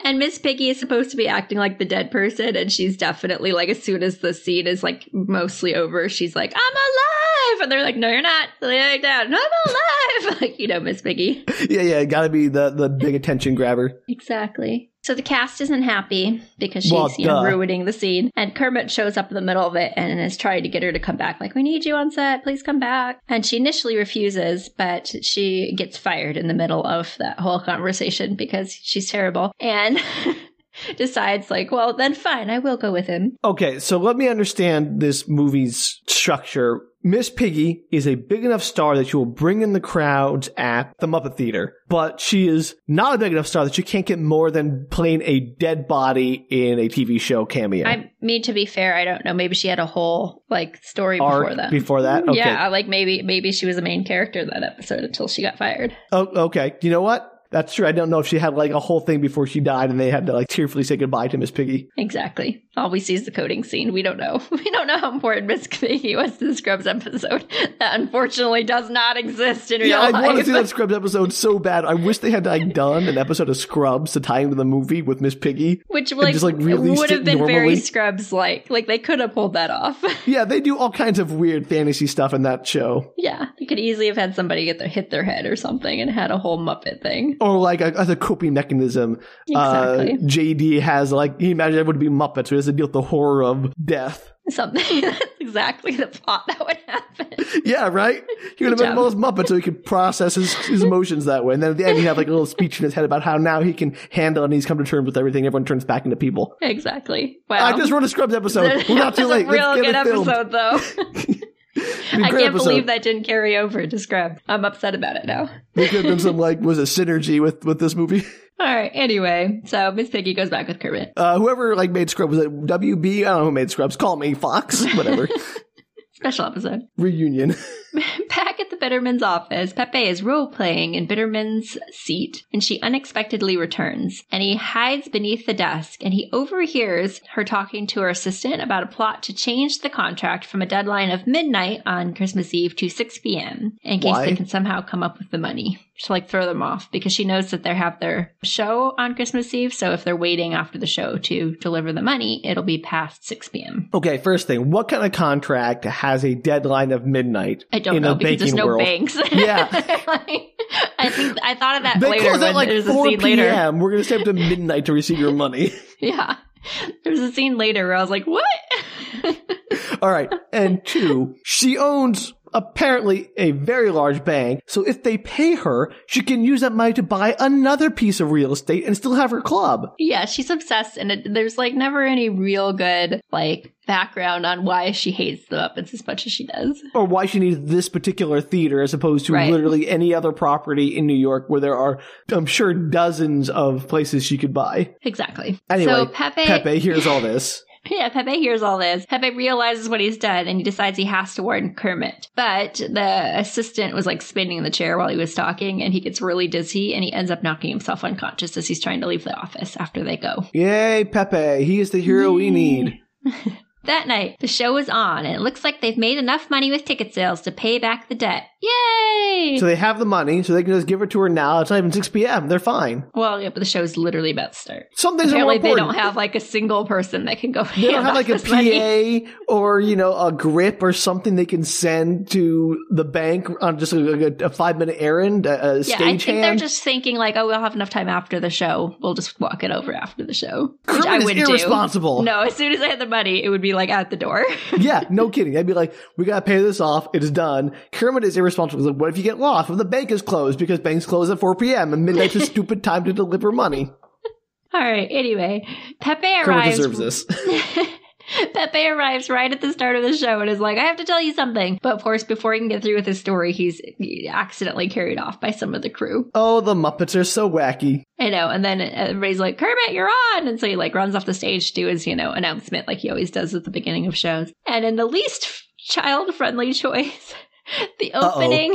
Speaker 1: and Miss Piggy is supposed to be acting like the dead person, and she's definitely like, as soon as the scene is like mostly over, she's like, "I'm alive," and they're like, "No, you're not." Lay back down. "No, I'm alive, like you know, Miss Piggy.
Speaker 2: yeah, yeah, gotta be the the big attention grabber.
Speaker 1: Exactly. So the cast isn't happy because she's
Speaker 2: Well,
Speaker 1: you know,
Speaker 2: duh.
Speaker 1: ruining the scene. And Kermit shows up in the middle of it and is trying to get her to come back. Like, we need you on set. Please come back. And she initially refuses, but she gets fired in the middle of that whole conversation because she's terrible. And. decides like well then fine i will go with him
Speaker 2: Okay, so let me understand this movie's structure. Miss Piggy is a big enough star that she will bring in the crowds at the Muppet Theater, but she is not a big enough star that she can't get more than playing a dead body in a TV show cameo.
Speaker 1: i mean to be fair i don't know maybe she had a whole like story
Speaker 2: Arc
Speaker 1: before that
Speaker 2: before that? Okay.
Speaker 1: yeah like maybe maybe she was a main character in that episode until she got fired
Speaker 2: Oh, okay. You know what? That's true. I don't know if she had like a whole thing before she died and they had to like tearfully say goodbye to Miss Piggy.
Speaker 1: Exactly. All we see is the coding scene. We don't know. We don't know how important Miss Piggy was to the Scrubs episode. That unfortunately does not exist in real
Speaker 2: Yeah, I
Speaker 1: life.
Speaker 2: want to see that Scrubs episode so bad. I wish they had like done an episode of Scrubs to tie into the movie with Miss Piggy.
Speaker 1: Which like,
Speaker 2: just, like, released
Speaker 1: would have
Speaker 2: it
Speaker 1: been very
Speaker 2: normally.
Speaker 1: Scrubs like. Like they could have pulled that off.
Speaker 2: Yeah, they do all kinds of weird fantasy stuff in that show.
Speaker 1: yeah, they could easily have had somebody get their hit their head or something and had a whole Muppet thing.
Speaker 2: Or like a, as a coping mechanism,
Speaker 1: Exactly.
Speaker 2: uh, JD has like he imagined everyone to be Muppets, so he has to deal with the horror of death.
Speaker 1: something that's exactly the plot that would happen.
Speaker 2: Yeah, right. He would have
Speaker 1: Good
Speaker 2: been most Muppet, so he could process his, his emotions that way. And then at the end, he'd have like a little speech in his head about how now he can handle and he's come to terms with everything. Everyone turns back into people.
Speaker 1: Exactly. Wow.
Speaker 2: I just wrote a Scrubs episode.
Speaker 1: That
Speaker 2: We're not too
Speaker 1: was a
Speaker 2: late.
Speaker 1: real
Speaker 2: Let's get
Speaker 1: good
Speaker 2: it filmed.
Speaker 1: episode though.
Speaker 2: It'd be a
Speaker 1: I
Speaker 2: great
Speaker 1: can't
Speaker 2: episode.
Speaker 1: believe that didn't carry over to Scrubs. I'm upset about it now.
Speaker 2: There could have been some like was a synergy with with this movie.
Speaker 1: All right. Anyway, so Miss Piggy goes back with Kermit.
Speaker 2: Uh, whoever like made Scrubs was it WB? I don't know who made Scrubs. Call me Fox. Whatever.
Speaker 1: Special episode.
Speaker 2: Reunion.
Speaker 1: Back at the Bitterman's office, Pepe is role playing in Bitterman's seat, and she unexpectedly returns. And he hides beneath the desk, and he overhears her talking to her assistant about a plot to change the contract from a deadline of midnight on Christmas Eve to 6 p.m. in case
Speaker 2: Why?
Speaker 1: they can somehow come up with the money to like throw them off because she knows that they have their show on Christmas Eve. So if they're waiting after the show to deliver the money, it'll be past 6 p.m.
Speaker 2: Okay, first thing, what kind of contract has a deadline of midnight
Speaker 1: I don't
Speaker 2: in
Speaker 1: know
Speaker 2: a
Speaker 1: because
Speaker 2: banking
Speaker 1: there's no
Speaker 2: world.
Speaker 1: banks.
Speaker 2: Yeah.
Speaker 1: Like, I think I thought of that
Speaker 2: They
Speaker 1: later
Speaker 2: close
Speaker 1: when
Speaker 2: at like
Speaker 1: there's a
Speaker 2: 4
Speaker 1: scene
Speaker 2: p.m.
Speaker 1: later.
Speaker 2: We're gonna stay up to midnight to receive your money.
Speaker 1: Yeah. There's a scene later where I was like, what?
Speaker 2: All right. And two, she owns apparently a very large bank. So if they pay her, she can use that money to buy another piece of real estate and still have her club.
Speaker 1: yeah, she's obsessed and it, there's like never any real good like background on why she hates the Muppets as much as she does.
Speaker 2: Or why she needs this particular theater as opposed to
Speaker 1: Right.
Speaker 2: literally any other property in New York where there are, I'm sure, dozens of places she could buy.
Speaker 1: Exactly.
Speaker 2: Anyway,
Speaker 1: so Pepe,
Speaker 2: Pepe hears all this.
Speaker 1: Yeah, Pepe hears all this. Pepe realizes what he's done and he decides he has to warn Kermit. But the assistant was like spinning the chair while he was talking and he gets really dizzy and he ends up knocking himself unconscious as he's trying to leave the office after they go.
Speaker 2: Yay, Pepe. He is the hero we need.
Speaker 1: That night, the show is on and it looks like they've made enough money with ticket sales to pay back the debt. Yay!
Speaker 2: So they have the money, so they can just give it to her now. It's not even 6 p.m. They're fine.
Speaker 1: well, yeah, but the show's literally about to start.
Speaker 2: Some things
Speaker 1: Apparently,
Speaker 2: are
Speaker 1: they
Speaker 2: more important.
Speaker 1: don't have like a single person that can go.
Speaker 2: They don't have like a PA
Speaker 1: Money.
Speaker 2: or you know a grip or something they can send to the bank on just a, a five minute errand. A, a
Speaker 1: Yeah, I
Speaker 2: stagehand.
Speaker 1: think they're just thinking like, oh, we'll have enough time after the show. We'll just walk it over after the show. Which
Speaker 2: Kermit
Speaker 1: I
Speaker 2: is
Speaker 1: would do.
Speaker 2: irresponsible.
Speaker 1: No, as soon as I had the money, it would be like out the door.
Speaker 2: yeah, no kidding. I'd be like, we gotta pay this off. It's done. Kermit is irresponsible. He's like, what if you get lost? Well, the bank is closed because banks close at 4 p.m. and midnight's a stupid time to deliver money.
Speaker 1: All right. Anyway, Pepe
Speaker 2: Kermit
Speaker 1: arrives.
Speaker 2: deserves this.
Speaker 1: Pepe arrives right at the start of the show and is like, I have to tell you something. But of course, before he can get through with his story, he's accidentally carried off by some of the crew.
Speaker 2: Oh, the Muppets are so wacky.
Speaker 1: I know. And then everybody's like, Kermit, you're on. And so he like runs off the stage to do his, you know, announcement like he always does at the beginning of shows. And in the least child friendly choice, the
Speaker 2: Uh-oh.
Speaker 1: opening,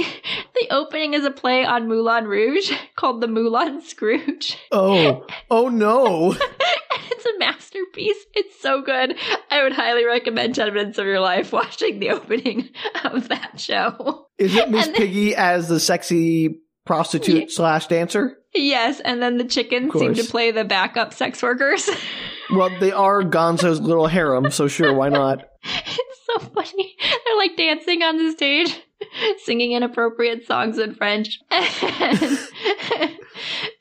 Speaker 1: the opening is a play on Moulin Rouge called The Moulin Scrooge.
Speaker 2: Oh, oh no.
Speaker 1: it's a masterpiece. It's so good. I would highly recommend 10 minutes of your life watching the opening of that show.
Speaker 2: Is it Miss
Speaker 1: And-
Speaker 2: Piggy as the sexy prostitute slash dancer?
Speaker 1: Yes, and then the chickens
Speaker 2: Of
Speaker 1: seem to
Speaker 2: course.
Speaker 1: play the backup sex workers.
Speaker 2: Well, they are Gonzo's little harem, so sure, why not?
Speaker 1: It's so funny. They're like dancing on the stage, singing inappropriate songs in French. And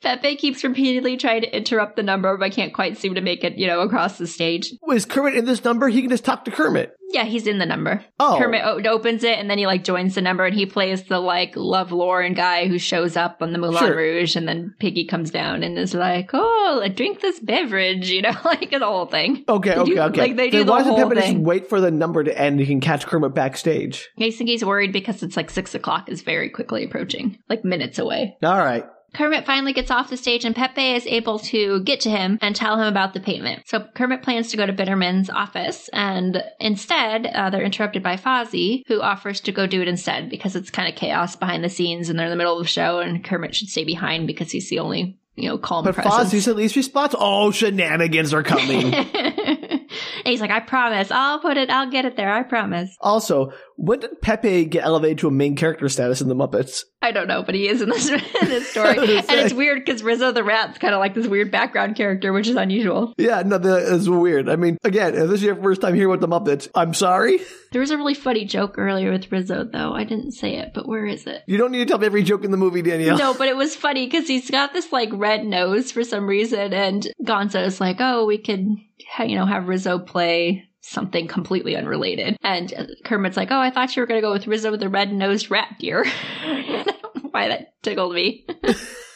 Speaker 1: Pepe keeps repeatedly trying to interrupt the number, but can't quite seem to make it, you know, across the stage.
Speaker 2: Is Kermit in this number? He can just talk to Kermit.
Speaker 1: Yeah, he's in the number.
Speaker 2: Oh,
Speaker 1: Kermit o- opens it and then he like joins the number and he plays the like love Lauren guy who shows up on the Moulin
Speaker 2: Sure.
Speaker 1: Rouge and then Piggy comes down and is like, oh, like, drink this beverage, you know, like the whole thing.
Speaker 2: Okay,
Speaker 1: They
Speaker 2: okay,
Speaker 1: do-
Speaker 2: okay.
Speaker 1: like, they do
Speaker 2: Then
Speaker 1: the
Speaker 2: why doesn't
Speaker 1: whole
Speaker 2: Kermit just
Speaker 1: thing.
Speaker 2: wait for the number to end? and He can catch Kermit backstage.
Speaker 1: I think he's worried because it's like six o'clock is very quickly approaching, like minutes away.
Speaker 2: All right.
Speaker 1: Kermit finally gets off the stage and Pepe is able to get to him and tell him about the payment. So Kermit plans to go to Bitterman's office and instead uh, they're interrupted by Fozzie who offers to go do it instead because it's kind of chaos behind the scenes and they're in the middle of the show and Kermit should stay behind because he's the only, you know, calm
Speaker 2: But
Speaker 1: presence.
Speaker 2: Fozzie's at least responds, oh, shenanigans are coming.
Speaker 1: and he's like, I promise. I'll put it. I'll get it there. I promise.
Speaker 2: also, when did Pepe get elevated to a main character status in The Muppets?
Speaker 1: I don't know, but he is in this, in this story.
Speaker 2: I was gonna
Speaker 1: and it's
Speaker 2: say.
Speaker 1: weird because Rizzo the Rat's kind of like this weird background character, which is unusual.
Speaker 2: Yeah, no, that is weird. I mean, again, if this is your first time hearing about The Muppets, I'm sorry.
Speaker 1: There was a really funny joke earlier with Rizzo, though. I didn't say it, but where is it?
Speaker 2: You don't need to tell me every joke in the movie, Danielle.
Speaker 1: No, but it was funny because he's got this like red nose for some reason, and Gonzo's like, "Oh, we could, ha- you know, have Rizzo play something completely unrelated." And uh, Kermit's like, "Oh, I thought you were gonna go with Rizzo the red-nosed reindeer." I don't know Why that tickled me.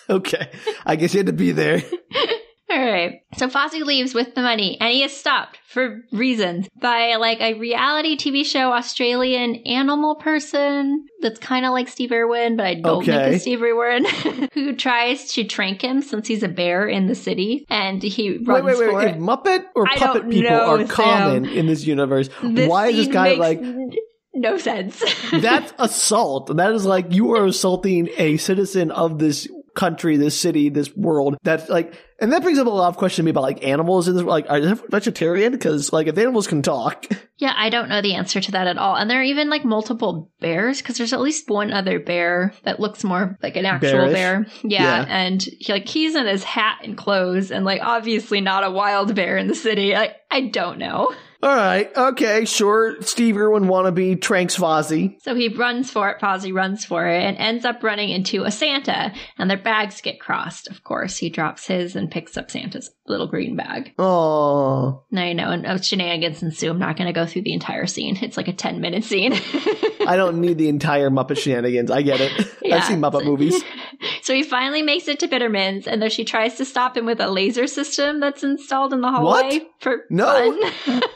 Speaker 2: Okay. I guess you had to be there.
Speaker 1: All right. So Fozzie leaves with the money and he is stopped for reasons by like a reality TV show Australian animal person that's kind of like Steve Irwin, but I don't think
Speaker 2: Okay.
Speaker 1: it's Steve Irwin, who tries to trank him since he's a bear in the city and he
Speaker 2: Wait,
Speaker 1: runs
Speaker 2: wait, wait.
Speaker 1: for
Speaker 2: If
Speaker 1: it.
Speaker 2: Muppet or
Speaker 1: I
Speaker 2: puppet
Speaker 1: don't
Speaker 2: people
Speaker 1: know,
Speaker 2: are
Speaker 1: Sam.
Speaker 2: common in this universe,
Speaker 1: This
Speaker 2: why is this
Speaker 1: scene
Speaker 2: guy
Speaker 1: makes
Speaker 2: like,
Speaker 1: n- no sense.
Speaker 2: that's assault? That is like, you are assaulting a citizen of this country, this city, this world. That's like, and that brings up a lot of question to me about like animals in this, like, are they vegetarian? Because like, if animals can talk,
Speaker 1: yeah, I don't know the answer to that at all. And there are even like multiple bears because there's at least one other bear that looks more like an actual
Speaker 2: Bearish?
Speaker 1: bear. Yeah,
Speaker 2: Yeah.
Speaker 1: and he, like he's in his hat and clothes and like obviously not a wild bear in the city. Like I don't know.
Speaker 2: All right. Okay. Sure. Steve Irwin wannabe Tranks Fozzie.
Speaker 1: So he runs for it, Fozzie runs for it, and ends up running into a Santa, and their bags get crossed, of course. He drops his and picks up Santa's little green bag.
Speaker 2: Oh.
Speaker 1: Now you know, and uh, shenanigans ensue. I'm not going to go through the entire scene. It's like a 10 minute scene.
Speaker 2: I don't need the entire Muppet shenanigans. I get it.
Speaker 1: Yeah.
Speaker 2: I've seen Muppet movies.
Speaker 1: so he finally makes it to Bitterman's, and though she tries to stop him with a laser system that's installed in the hallway for
Speaker 2: No.
Speaker 1: fun.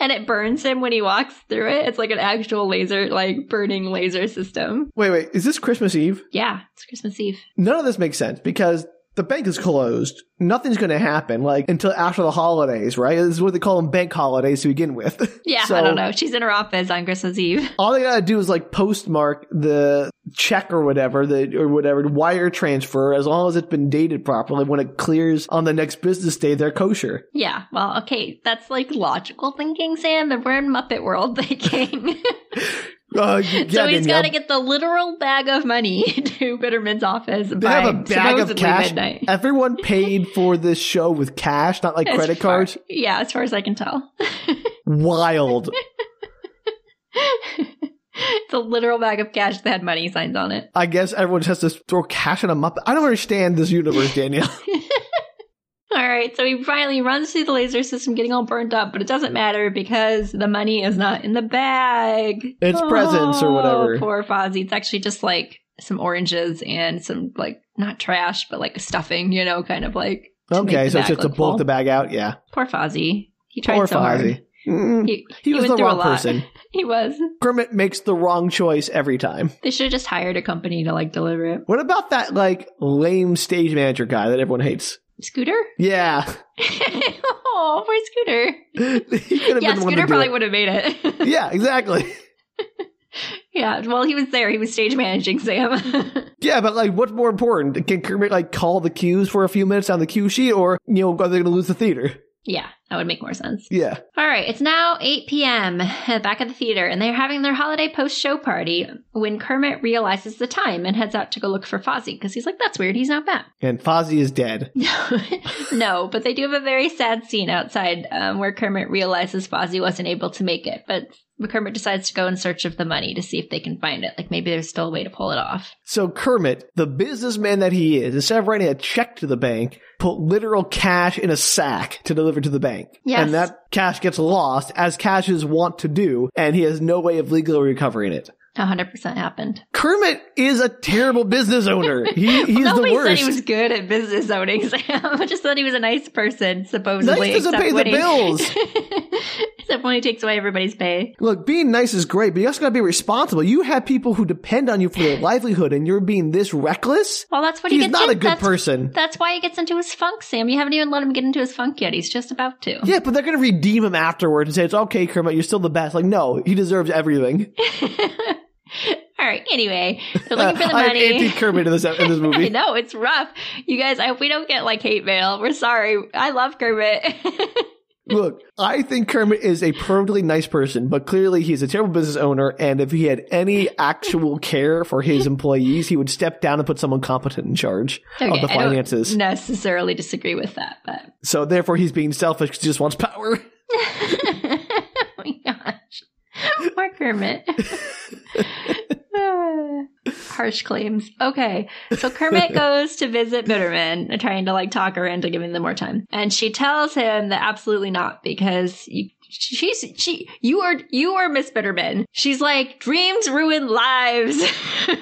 Speaker 1: And it burns him when he walks through it. It's like an actual laser, like burning laser system.
Speaker 2: Wait, wait. Is this Christmas Eve?
Speaker 1: Yeah, it's Christmas Eve.
Speaker 2: None of this makes sense because the bank is closed. Nothing's going to happen like until after the holidays, right? This is what they call them bank holidays to begin with.
Speaker 1: Yeah,
Speaker 2: So-
Speaker 1: I don't know. She's in her office on Christmas Eve.
Speaker 2: All they gotta do is like postmark the check or whatever, the or whatever wire transfer. As long as it's been dated properly, when it clears on the next business day, they're kosher.
Speaker 1: Yeah, well, okay, that's like logical thinking, Sam, and we're in Muppet World thinking. so
Speaker 2: Uh, yeah,
Speaker 1: he's
Speaker 2: Danielle.
Speaker 1: got to get the literal bag of money to Bitterman's office.
Speaker 2: They
Speaker 1: by
Speaker 2: have a bag of
Speaker 1: supposedly
Speaker 2: cash.
Speaker 1: Midnight.
Speaker 2: Everyone paid for this show with cash, not like
Speaker 1: As
Speaker 2: credit
Speaker 1: far-
Speaker 2: cards.
Speaker 1: yeah, as far as I can tell.
Speaker 2: Wild.
Speaker 1: it's a literal bag of cash that had money signs on it.
Speaker 2: I guess everyone just has to throw cash in a muppet. I don't understand this universe, Danielle.
Speaker 1: All right, so he finally runs through the laser system, getting all burned up, but it doesn't matter because the money is not in the bag. Oh,
Speaker 2: It's presents or whatever.
Speaker 1: Poor Fozzie. It's actually just like some oranges and some like not trash, but like stuffing, you know, kind of like. to make
Speaker 2: Okay,
Speaker 1: the
Speaker 2: so
Speaker 1: bag
Speaker 2: it's just to
Speaker 1: look
Speaker 2: bulk
Speaker 1: full.
Speaker 2: the bag out. Yeah,
Speaker 1: Poor Fozzie. He tried
Speaker 2: poor
Speaker 1: so hard.
Speaker 2: Fozzie. Mm,
Speaker 1: He,
Speaker 2: He was
Speaker 1: went
Speaker 2: the
Speaker 1: through a
Speaker 2: wrong
Speaker 1: lot.
Speaker 2: person.
Speaker 1: He was.
Speaker 2: Kermit makes the wrong choice every time.
Speaker 1: They should have just hired a company to like deliver it.
Speaker 2: What about that like lame stage manager guy that everyone hates?
Speaker 1: Scooter?
Speaker 2: Yeah,
Speaker 1: oh, poor Scooter.
Speaker 2: he could
Speaker 1: Yeah,
Speaker 2: have been the one to
Speaker 1: Scooter
Speaker 2: do
Speaker 1: probably
Speaker 2: it.
Speaker 1: would have made it.
Speaker 2: Yeah, exactly.
Speaker 1: yeah, well, he was there. He was stage managing Sam.
Speaker 2: Yeah, but like, what's more important? Can Kermit like call the cues for a few minutes on the cue sheet, or you know, are they going to lose the theater?
Speaker 1: Yeah, that would make more sense.
Speaker 2: Yeah,
Speaker 1: All right, it's now 8 p.m. back at the theater, and they're having their holiday post show party when Kermit realizes the time and heads out to go look for Fozzie because he's like, that's weird, he's not back.
Speaker 2: and Fozzie is dead.
Speaker 1: No, no, but they do have a very sad scene outside um, where Kermit realizes Fozzie wasn't able to make it, but Kermit decides to go in search of the money to see if they can find it. Like maybe there's still a way to pull it off.
Speaker 2: So Kermit, the businessman that he is, instead of writing a check to the bank, put literal cash in a sack to deliver to the bank.
Speaker 1: Yes.
Speaker 2: And that cash gets lost, as cashes want to do, and he has no way of legally recovering it.
Speaker 1: 100% happened.
Speaker 2: Kermit is a terrible business owner. He, he's the
Speaker 1: Nobody
Speaker 2: worst.
Speaker 1: said he was good at business owning, Sam. I just thought he was a nice person, supposedly.
Speaker 2: Nice doesn't
Speaker 1: except
Speaker 2: pay the
Speaker 1: when he-
Speaker 2: bills.
Speaker 1: except when he takes away everybody's pay.
Speaker 2: Look, being nice is great, but you also gotta be responsible. You have people who depend on you for their livelihood, and you're being this reckless?
Speaker 1: Well, that's what he
Speaker 2: He's
Speaker 1: gets in-
Speaker 2: not a good
Speaker 1: that's,
Speaker 2: person.
Speaker 1: That's why he gets into his funk, Sam. You haven't even let him get into his funk yet. He's just about to.
Speaker 2: Yeah, but they're gonna redeem him afterwards and say, it's okay, Kermit, you're still the best. Like, no, he deserves everything.
Speaker 1: All right. Anyway, they're looking for the
Speaker 2: I'm anti
Speaker 1: money.
Speaker 2: Kermit in this, in this
Speaker 1: I
Speaker 2: movie.
Speaker 1: know it's rough, you guys. I hope we don't get like hate mail. We're sorry. I love Kermit.
Speaker 2: Look, I think Kermit is a perfectly nice person, but clearly he's a terrible business owner, and if he had any actual care for his employees, he would step down and put someone competent in charge of
Speaker 1: Okay,
Speaker 2: the
Speaker 1: I don't-
Speaker 2: finances.
Speaker 1: Necessarily disagree with that, but
Speaker 2: So therefore he's being selfish 'cause he just wants power.
Speaker 1: oh my gosh. Poor Kermit. Ah, Harsh claims. Okay. So Kermit goes to visit Bitterman, trying to like talk her into giving them more time. And she tells him that absolutely not because you she's she you are you are Miss Bitterman. She's like, dreams ruin lives.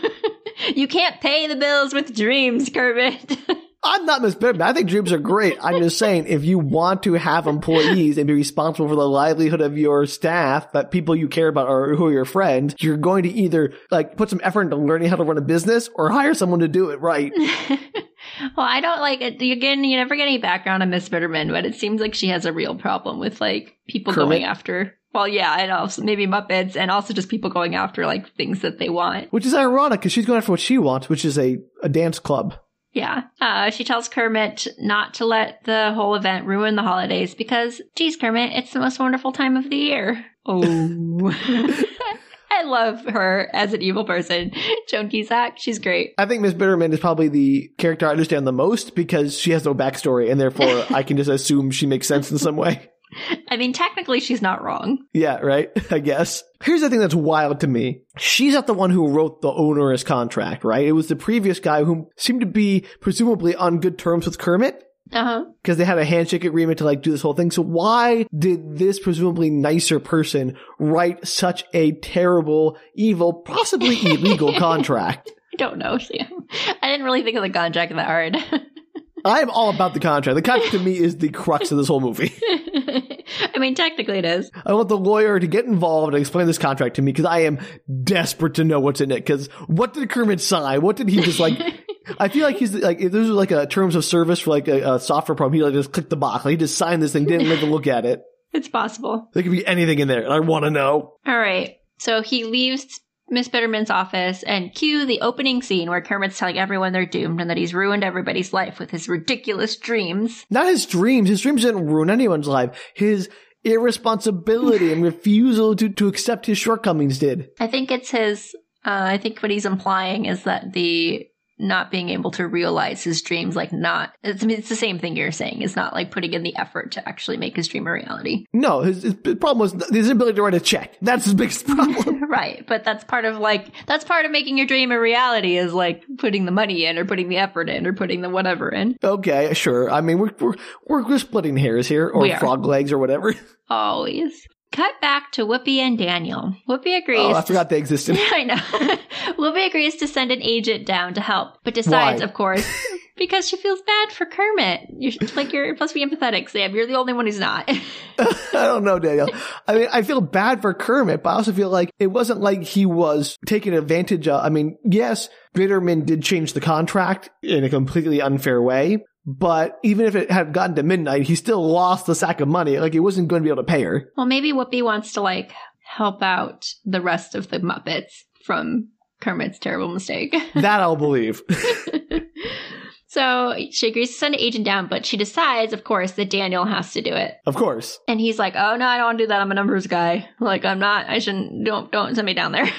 Speaker 1: you can't pay the bills with dreams, Kermit.
Speaker 2: I'm not Miss Bitterman. I think dreams are great. I'm just saying, if you want to have employees and be responsible for the livelihood of your staff, that people you care about are who are your friends, you're going to either like put some effort into learning how to run a business or hire someone to do it right.
Speaker 1: well, I don't like it. Again, you never get any background on Miss Bitterman, but it seems like she has a real problem with like people
Speaker 2: Kermit?
Speaker 1: going after. Well, yeah, and also maybe Muppets, and also just people going after like things that they want.
Speaker 2: Which is ironic because she's going after what she wants, which is a, a dance club.
Speaker 1: Yeah, uh, she tells Kermit not to let the whole event ruin the holidays because, geez, Kermit, it's the most wonderful time of the year. Oh. I love her as an evil person. Joan Cusack, she's great.
Speaker 2: I think Miss Bitterman is probably the character I understand the most because she has no backstory and therefore I can just assume she makes sense in some way.
Speaker 1: I mean, technically, she's not wrong.
Speaker 2: Yeah, right? I guess. Here's the thing that's wild to me. She's not the one who wrote the onerous contract, right? It was the previous guy who seemed to be presumably on good terms with Kermit
Speaker 1: Uh huh.
Speaker 2: because they had a handshake agreement to like do this whole thing. So why did this presumably nicer person write such a terrible, evil, possibly illegal contract?
Speaker 1: I don't know, Sam. I didn't really think of the contract that hard.
Speaker 2: I'm all about the contract. The contract to me is the crux of this whole movie.
Speaker 1: I mean, technically, it is.
Speaker 2: I want the lawyer to get involved and explain this contract to me because I am desperate to know what's in it. Because what did Kermit sign? What did he just like? I feel like he's like if this was like a terms of service for like a, a software problem. He like just clicked the box. Like he just signed this thing, didn't even look at it.
Speaker 1: It's possible.
Speaker 2: There could be anything in there, and I want to know.
Speaker 1: All right. So he leaves Miss Bitterman's office and cue the opening scene where Kermit's telling everyone they're doomed and that he's ruined everybody's life with his ridiculous dreams.
Speaker 2: Not his dreams. His dreams didn't ruin anyone's life. His irresponsibility and refusal to, to accept his shortcomings did.
Speaker 1: I think it's his. Uh, I think what he's implying is that the not being able to realize his dreams, like not. It's, I mean, it's the same thing you're saying. It's not like putting in the effort to actually make his dream a reality.
Speaker 2: No, his, his problem was his inability to write a check. That's his biggest problem.
Speaker 1: right. But that's part of like, that's part of making your dream a reality is like putting the money in or putting the effort in or putting the whatever in.
Speaker 2: Okay, sure. I mean, we're we're we're, we're splitting hairs here, or
Speaker 1: We are.
Speaker 2: frog legs, or whatever.
Speaker 1: Always. Cut back to Whoopi and Daniel. Whoopi agrees.
Speaker 2: Oh, I
Speaker 1: to-
Speaker 2: forgot they existed.
Speaker 1: I know. Whoopi agrees to send an agent down to help, but decides,
Speaker 2: Why?
Speaker 1: of course, because she feels bad for Kermit. You're like you're supposed to be empathetic, Sam. You're the only one who's not.
Speaker 2: I don't know, Daniel. I mean, I feel bad for Kermit, but I also feel like it wasn't like he was taken advantage of. I mean, yes, Bitterman did change the contract in a completely unfair way, but even if it had gotten to midnight, he still lost the sack of money. Like he wasn't going to be able to pay her.
Speaker 1: well, maybe Whoopi wants to like help out the rest of the Muppets from Kermit's terrible mistake.
Speaker 2: That I'll believe.
Speaker 1: so she agrees to send an agent down, but she decides, of course, that Daniel has to do it.
Speaker 2: Of course.
Speaker 1: And he's like, "Oh no, I don't want to do that. I'm a numbers guy. Like, I'm not. I shouldn't. Don't don't send me down there.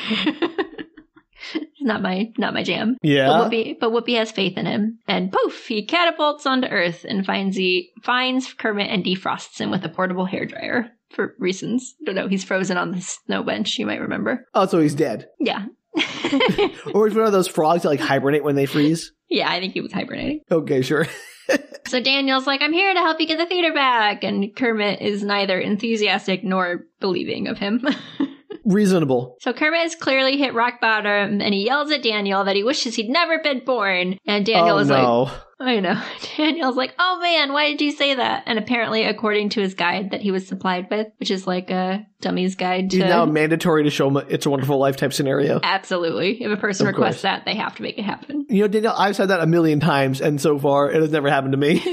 Speaker 1: not my not my jam." But
Speaker 2: Yeah.
Speaker 1: Whoopi, but Whoopi has faith in him, and poof, he catapults onto Earth and finds he finds Kermit and defrosts him with a portable hairdryer for reasons. Don't know. He's frozen on the snow bench. You might remember.
Speaker 2: Oh, so he's dead.
Speaker 1: Yeah,
Speaker 2: Or he's one of those frogs that like hibernate when they freeze.
Speaker 1: yeah. I think he was hibernating.
Speaker 2: Okay, sure.
Speaker 1: So Daniel's like, "I'm here to help you get the theater back," and Kermit is neither enthusiastic nor believing of him.
Speaker 2: Reasonable.
Speaker 1: So Kermit has clearly hit rock bottom and he yells at Daniel that he wishes he'd never been born. And Daniel
Speaker 2: oh,
Speaker 1: is like,
Speaker 2: no.
Speaker 1: I know. Daniel's like, oh man, why did you say that? And apparently, according to his guide that he was supplied with, which is like a dummy's guide
Speaker 2: It's
Speaker 1: to.
Speaker 2: now mandatory to show mu- It's a Wonderful Life type scenario.
Speaker 1: Absolutely. If a person
Speaker 2: Of
Speaker 1: requests
Speaker 2: course.
Speaker 1: that, they have to make it happen.
Speaker 2: You know, Danielle, I've said that a million times, and so far it has never happened to me.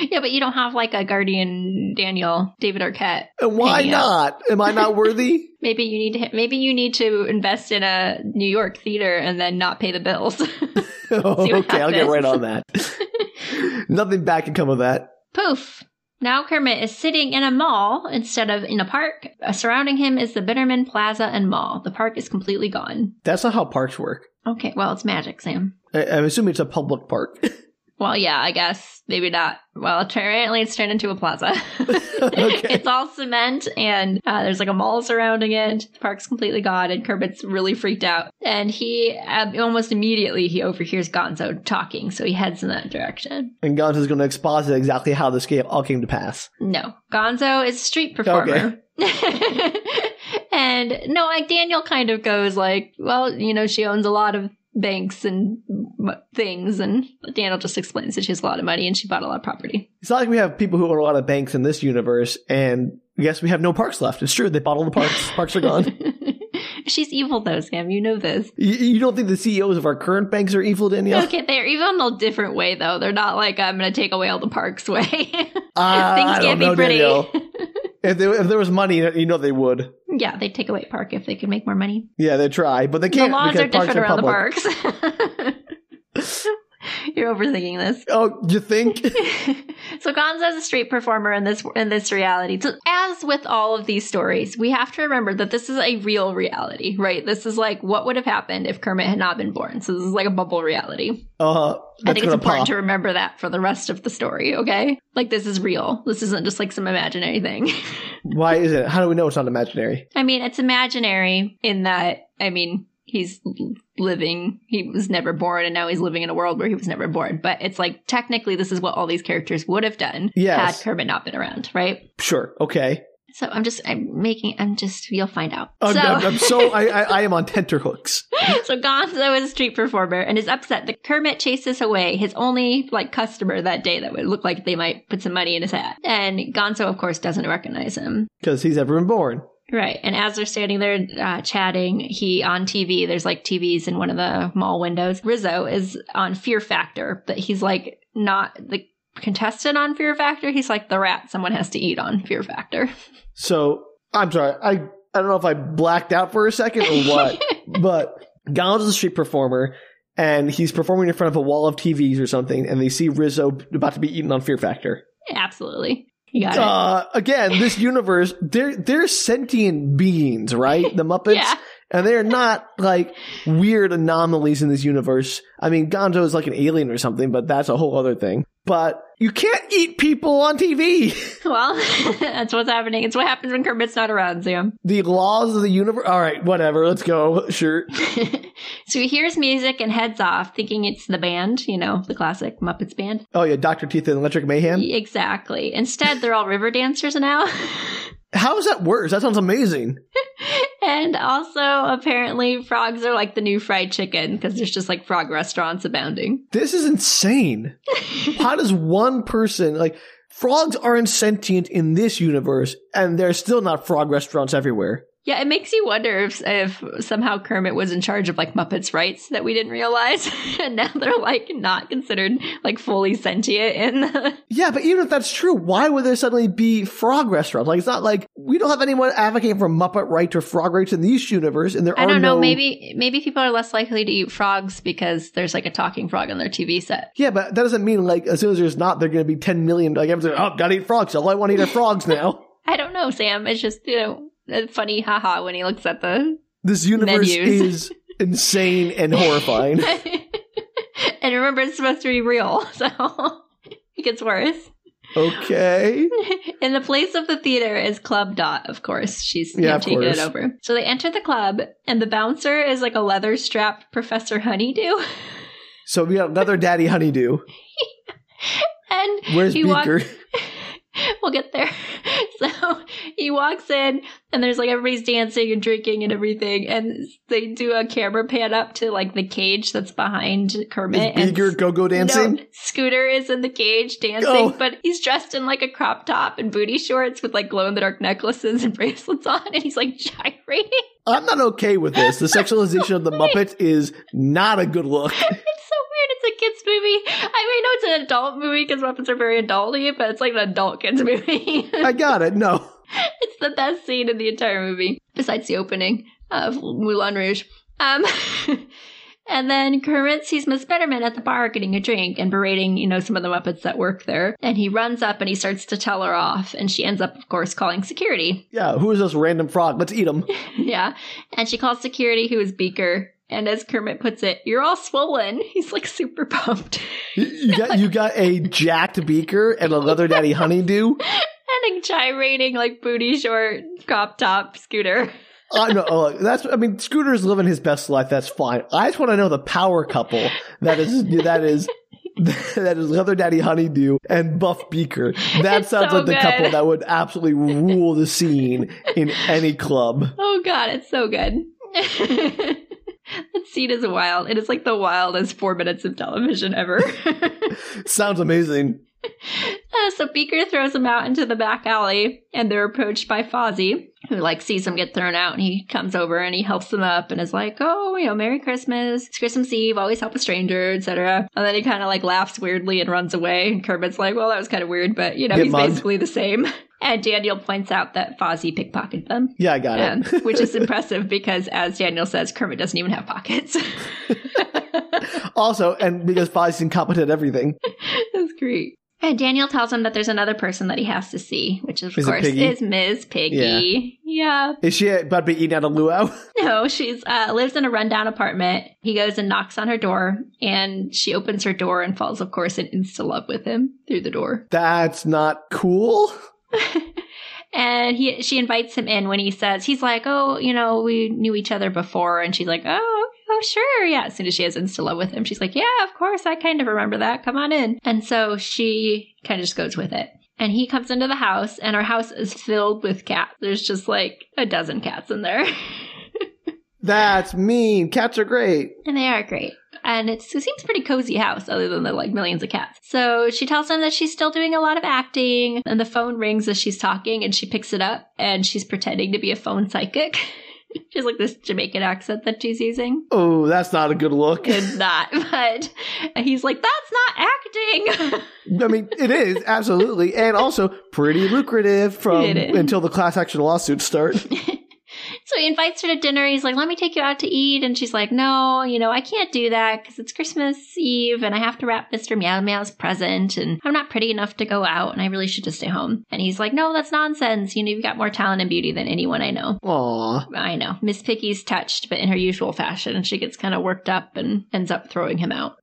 Speaker 1: Yeah, but you don't have like a guardian Daniel, David Arquette.
Speaker 2: And why
Speaker 1: Hanging out.
Speaker 2: not? Am I not worthy?
Speaker 1: Maybe you need to maybe you need to invest in a New York theater and then not pay the bills.
Speaker 2: Oh, okay, I'll get
Speaker 1: happens.
Speaker 2: right on that. Nothing bad can come of that.
Speaker 1: Poof! Now Kermit is sitting in a mall instead of in a park. Uh, Surrounding him is the Bitterman Plaza and Mall. The park is completely gone.
Speaker 2: That's not how parks work.
Speaker 1: Okay, well, it's magic, Sam.
Speaker 2: I- I'm assuming it's a public park.
Speaker 1: Well, yeah, I guess. Maybe not. Well, apparently it's turned into a plaza. It's all cement and uh, there's like a mall surrounding it. The park's completely gone and Kermit's really freaked out. And he uh, almost immediately he overhears Gonzo talking, so he heads in that direction.
Speaker 2: and Gonzo's going to exposit exactly how this game all came to pass.
Speaker 1: No. Gonzo is a street performer. and no, like Daniel kind of goes like, well, you know, she owns a lot of banks and m- things. And Daniel just explains that she has a lot of money and she bought a lot of property.
Speaker 2: It's not like we have people who own a lot of banks in this universe, and I guess we have no parks left. It's true, they bought all the parks. Parks are gone.
Speaker 1: She's evil though, Sam. You know this.
Speaker 2: You, you don't think the CEOs of our current banks are evil, Danielle?
Speaker 1: Okay, they're evil in a different way though. They're not like, I'm going to take away all the parks way. Things
Speaker 2: Ah, I
Speaker 1: can't
Speaker 2: don't
Speaker 1: be
Speaker 2: know,
Speaker 1: pretty.
Speaker 2: Danielle. If, they, if there was money, you know they would.
Speaker 1: yeah, they take away park if they could make more money.
Speaker 2: Yeah, they try, but they
Speaker 1: the
Speaker 2: can't
Speaker 1: laws
Speaker 2: because
Speaker 1: are
Speaker 2: parks
Speaker 1: different
Speaker 2: are
Speaker 1: around
Speaker 2: public.
Speaker 1: the parks. You're overthinking this.
Speaker 2: Oh, you think?
Speaker 1: so Gonza is a street performer in this in this reality. So as with all of these stories, we have to remember that this is a real reality, right? This is like what would have happened if Kermit had not been born. So this is like a bubble reality.
Speaker 2: Uh,
Speaker 1: I think it's important
Speaker 2: pop.
Speaker 1: to remember that for the rest of the story, okay? Like this is real. This isn't just like some imaginary thing.
Speaker 2: Why is it? How do we know it's not imaginary?
Speaker 1: I mean, it's imaginary in that, I mean, he's l- living, he was never born, and now he's living in a world where he was never born. But it's like, technically, this is what all these characters would have done
Speaker 2: Yes.
Speaker 1: had Kermit not been around, right?
Speaker 2: Sure. Okay.
Speaker 1: So I'm just, I'm making, I'm just, you'll find out.
Speaker 2: I'm
Speaker 1: so,
Speaker 2: so, I'm, I'm so I, I, I am on tenterhooks.
Speaker 1: so Gonzo is a street performer and is upset that Kermit chases away his only, like, customer that day that would look like they might put some money in his hat. And Gonzo, of course, doesn't recognize him.
Speaker 2: because he's ever been born.
Speaker 1: Right. And as they're standing there uh, chatting, he on TV, there's like TVs in one of the mall windows. Rizzo is on Fear Factor, but he's like not the contestant on Fear Factor. He's like the rat someone has to eat on Fear Factor.
Speaker 2: So I'm sorry. I I don't know if I blacked out for a second or what, but Gonz is a street performer. And he's performing in front of a wall of TVs or something, and they see Rizzo about to be eaten on Fear Factor.
Speaker 1: Absolutely. You got it.
Speaker 2: Uh, again, this universe, they're they're sentient beings, right? The Muppets,
Speaker 1: Yeah.
Speaker 2: and they're not like weird anomalies in this universe. I mean, Gonzo is like an alien or something, but that's a whole other thing. But you can't eat people on TV.
Speaker 1: Well, that's what's happening. It's what happens when Kermit's not around, Sam.
Speaker 2: the laws of the universe. All right, whatever. Let's go. Sure.
Speaker 1: so he hears music and heads off, thinking it's the band, you know, the classic Muppets band.
Speaker 2: Oh yeah, Doctor Teeth and Electric Mayhem.
Speaker 1: Exactly. Instead, they're all river dancers now.
Speaker 2: How is that worse? That sounds amazing.
Speaker 1: And also, apparently, frogs are like the new fried chicken because there's just like frog restaurants abounding.
Speaker 2: This is insane. How does one person like? Frogs aren't sentient in this universe, and there's still not frog restaurants everywhere.
Speaker 1: Yeah, it makes you wonder if, if somehow Kermit was in charge of like Muppets' rights that we didn't realize. and now they're like not considered like fully sentient in the.
Speaker 2: Yeah, but even if that's true, why would there suddenly be frog restaurants? Like, it's not like we don't have anyone advocating for Muppet rights or frog rights in the East universe, and there
Speaker 1: I
Speaker 2: are
Speaker 1: don't know.
Speaker 2: no-
Speaker 1: Maybe maybe people are less likely to eat frogs because there's like a talking frog on their TV set.
Speaker 2: Yeah, but that doesn't mean like as soon as there's not, they're going to be ten million. Like everyone's like, oh, gotta eat frogs. All I want to eat are frogs now.
Speaker 1: I don't know, Sam. It's just you know a funny haha when he looks at the
Speaker 2: This universe
Speaker 1: Menus.
Speaker 2: is insane and horrifying.
Speaker 1: and remember, it's supposed to be real, so it gets worse.
Speaker 2: okay,
Speaker 1: In the place of the theater is Club Dot, of course. She's
Speaker 2: Yeah, of
Speaker 1: taking
Speaker 2: course.
Speaker 1: it over. So they enter the club, and the bouncer is like a leather strapped Professor Honeydew.
Speaker 2: so we got another Daddy Honeydew.
Speaker 1: And
Speaker 2: Where's
Speaker 1: he
Speaker 2: Beaker?
Speaker 1: walks. we'll get there. So he walks in, and there's like everybody's dancing and drinking and everything. And they do a camera pan up to like the cage that's behind
Speaker 2: Is
Speaker 1: Kermit. and
Speaker 2: Beaker go go dancing?
Speaker 1: No, Scooter is in the cage dancing,
Speaker 2: Oh.
Speaker 1: but he's dressed in like a crop top and booty shorts with like glow in the dark necklaces and bracelets on, and he's like gyrating.
Speaker 2: I'm not okay with this. The sexualization of the Muppets is not a good look.
Speaker 1: It's so weird. It's a kids movie. I mean, I know it's an adult movie because Muppets are very adulty, but it's like an adult kids movie.
Speaker 2: I got it. No.
Speaker 1: it's the best scene in the entire movie, besides the opening of Moulin Rouge. Um, and then Kermit sees Miss Betterman at the bar getting a drink and berating, you know, some of the Muppets that work there. And he runs up and he starts to tell her off, and she ends up, of course, calling security.
Speaker 2: Yeah, who is this random frog? Let's eat him.
Speaker 1: yeah, and she calls security, who is Beaker. And as Kermit puts it, "You're all swollen." He's like super pumped.
Speaker 2: You got you got a jacked beaker and a leather daddy honeydew.
Speaker 1: and a gyrating like booty short crop top scooter.
Speaker 2: I know oh, that's I mean Scooter's living his best life. That's fine. I just want to know the power couple that is that is that is leather daddy honeydew and Buff Beaker. That
Speaker 1: It's
Speaker 2: sounds
Speaker 1: so
Speaker 2: like the couple
Speaker 1: good.
Speaker 2: that would absolutely rule the scene in any club.
Speaker 1: Oh god, it's so good. that scene is wild. It is like the wildest four minutes of television ever.
Speaker 2: Sounds amazing.
Speaker 1: Uh, so Beaker throws him out into the back alley, and they're approached by Fozzie, who like sees him get thrown out, and he comes over and he helps them up, and is like, "Oh, you know, Merry Christmas, it's Christmas Eve, always help a stranger, etc." And then he kind of like laughs weirdly and runs away, and Kermit's like, "Well, that was kind of weird, but you know,
Speaker 2: Get
Speaker 1: he's
Speaker 2: mugged.
Speaker 1: basically the same." And Daniel points out that Fozzie pickpocketed them.
Speaker 2: Yeah, I got
Speaker 1: um,
Speaker 2: it.
Speaker 1: which is impressive because, as Daniel says, Kermit doesn't even have pockets.
Speaker 2: Also, and because Fozzie's incompetent at everything.
Speaker 1: That's great. And Daniel tells him that there's another person that he has to see, which of
Speaker 2: Is it
Speaker 1: course
Speaker 2: Piggy?
Speaker 1: is Ms. Piggy. Yeah.
Speaker 2: Is she about to be eating out of luau?
Speaker 1: No, she's uh, lives in a rundown apartment. He goes and knocks on her door, and she opens her door and falls, of course, in insta love with him through the door.
Speaker 2: That's not cool.
Speaker 1: and he she invites him in when he says he's like, oh, you know, we knew each other before, and she's like, oh. Oh, sure. Yeah. As soon as she has insta love with him, she's like, yeah, of course. I kind of remember that. Come on in. And so she kind of just goes with it. And he comes into the house, and her house is filled with cats. There's just like a dozen cats in there.
Speaker 2: That's mean. Cats are great.
Speaker 1: And they are great. And it's, it seems a pretty cozy house, other than the like millions of cats. So she tells him that she's still doing a lot of acting, and the phone rings as she's talking, and she picks it up, and she's pretending to be a phone psychic. she's like this Jamaican accent that she's using.
Speaker 2: Oh, that's not a good look. I
Speaker 1: It's not, but he's like, that's not acting.
Speaker 2: mean, it is absolutely, and also pretty lucrative from
Speaker 1: It is.
Speaker 2: until the class action lawsuits start.
Speaker 1: So he invites her to dinner. He's like, let me take you out to eat. And she's like, no, you know, I can't do that because it's Christmas Eve and I have to wrap Mr. Meow Meow's present and I'm not pretty enough to go out and I really should just stay home. And he's like, no, that's nonsense. You know, you've got more talent and beauty than anyone I know.
Speaker 2: Aw,
Speaker 1: I know. Miss Picky's touched, but in her usual fashion, and she gets kind of worked up and ends up throwing him out.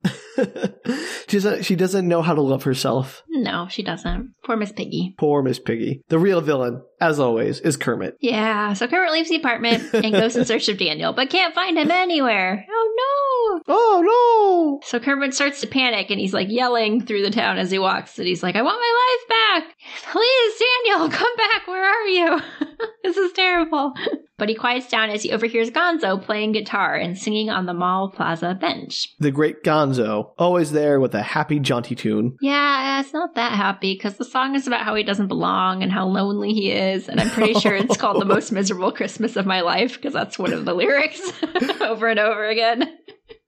Speaker 2: she doesn't, she doesn't know how to love herself.
Speaker 1: No, she doesn't. Poor Miss Piggy.
Speaker 2: Poor Miss Piggy. The real villain, as always, is Kermit.
Speaker 1: Yeah, so Kermit leaves the apartment and goes in search of Daniel, but can't find him anywhere. Oh no!
Speaker 2: Oh
Speaker 1: So Kermit starts to panic and he's like yelling through the town as he walks. And he's like, I want my life back. Please, Daniel, come back. Where are you? this is terrible. But he quiets down as he overhears Gonzo playing guitar and singing on the mall plaza bench.
Speaker 2: no! The great Gonzo, always there with a happy jaunty tune.
Speaker 1: Yeah, it's not that happy because the song is about how he doesn't belong and how lonely he is. And I'm pretty sure it's called The Most Miserable Christmas of My Life because that's one of the lyrics over and over again.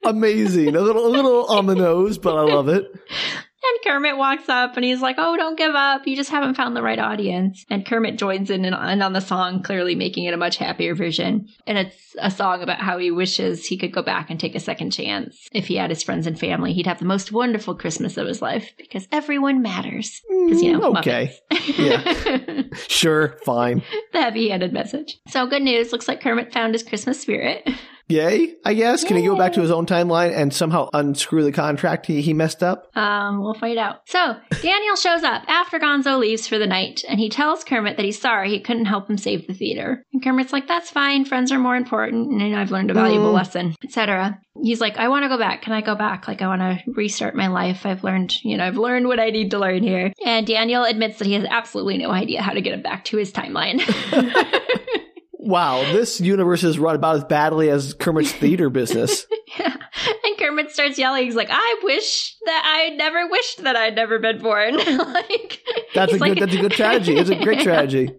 Speaker 2: Amazing. a little, a little on the nose, but I love it.
Speaker 1: And Kermit walks up and he's like, Oh, don't give up. You just haven't found the right audience. And Kermit joins in and and on the song, clearly making it a much happier version. And it's a song about how he wishes he could go back and take a second chance. If he had his friends and family, he'd have the most wonderful Christmas of his life because everyone matters. Because, you know,
Speaker 2: Mm, okay.
Speaker 1: Muppets.
Speaker 2: Sure. Fine.
Speaker 1: the heavy handed message. So, good news. Looks like Kermit found his Christmas spirit.
Speaker 2: Yay, I guess. Can he go back to his own timeline and somehow unscrew the contract he, he messed up?
Speaker 1: Um, we'll find out. So Daniel shows up after Gonzo leaves for the night, and he tells Kermit that he's sorry he couldn't help him save the theater. And Kermit's like, "That's fine. Friends are more important, and I've learned a valuable
Speaker 2: Mm.
Speaker 1: lesson, etc." He's like, "I want to go back. Can I go back? Like, I want to restart my life. I've learned, you know, I've learned what I need to learn here." And Daniel admits that he has absolutely no idea how to get him back to his timeline.
Speaker 2: Wow, this universe is run about as badly as Kermit's theater business.
Speaker 1: and Kermit starts yelling. He's like, "I wish that I never wished that I'd never been born." like,
Speaker 2: That's a
Speaker 1: he's
Speaker 2: good.
Speaker 1: like-
Speaker 2: that's a good tragedy. It's a great
Speaker 1: Yeah.
Speaker 2: tragedy.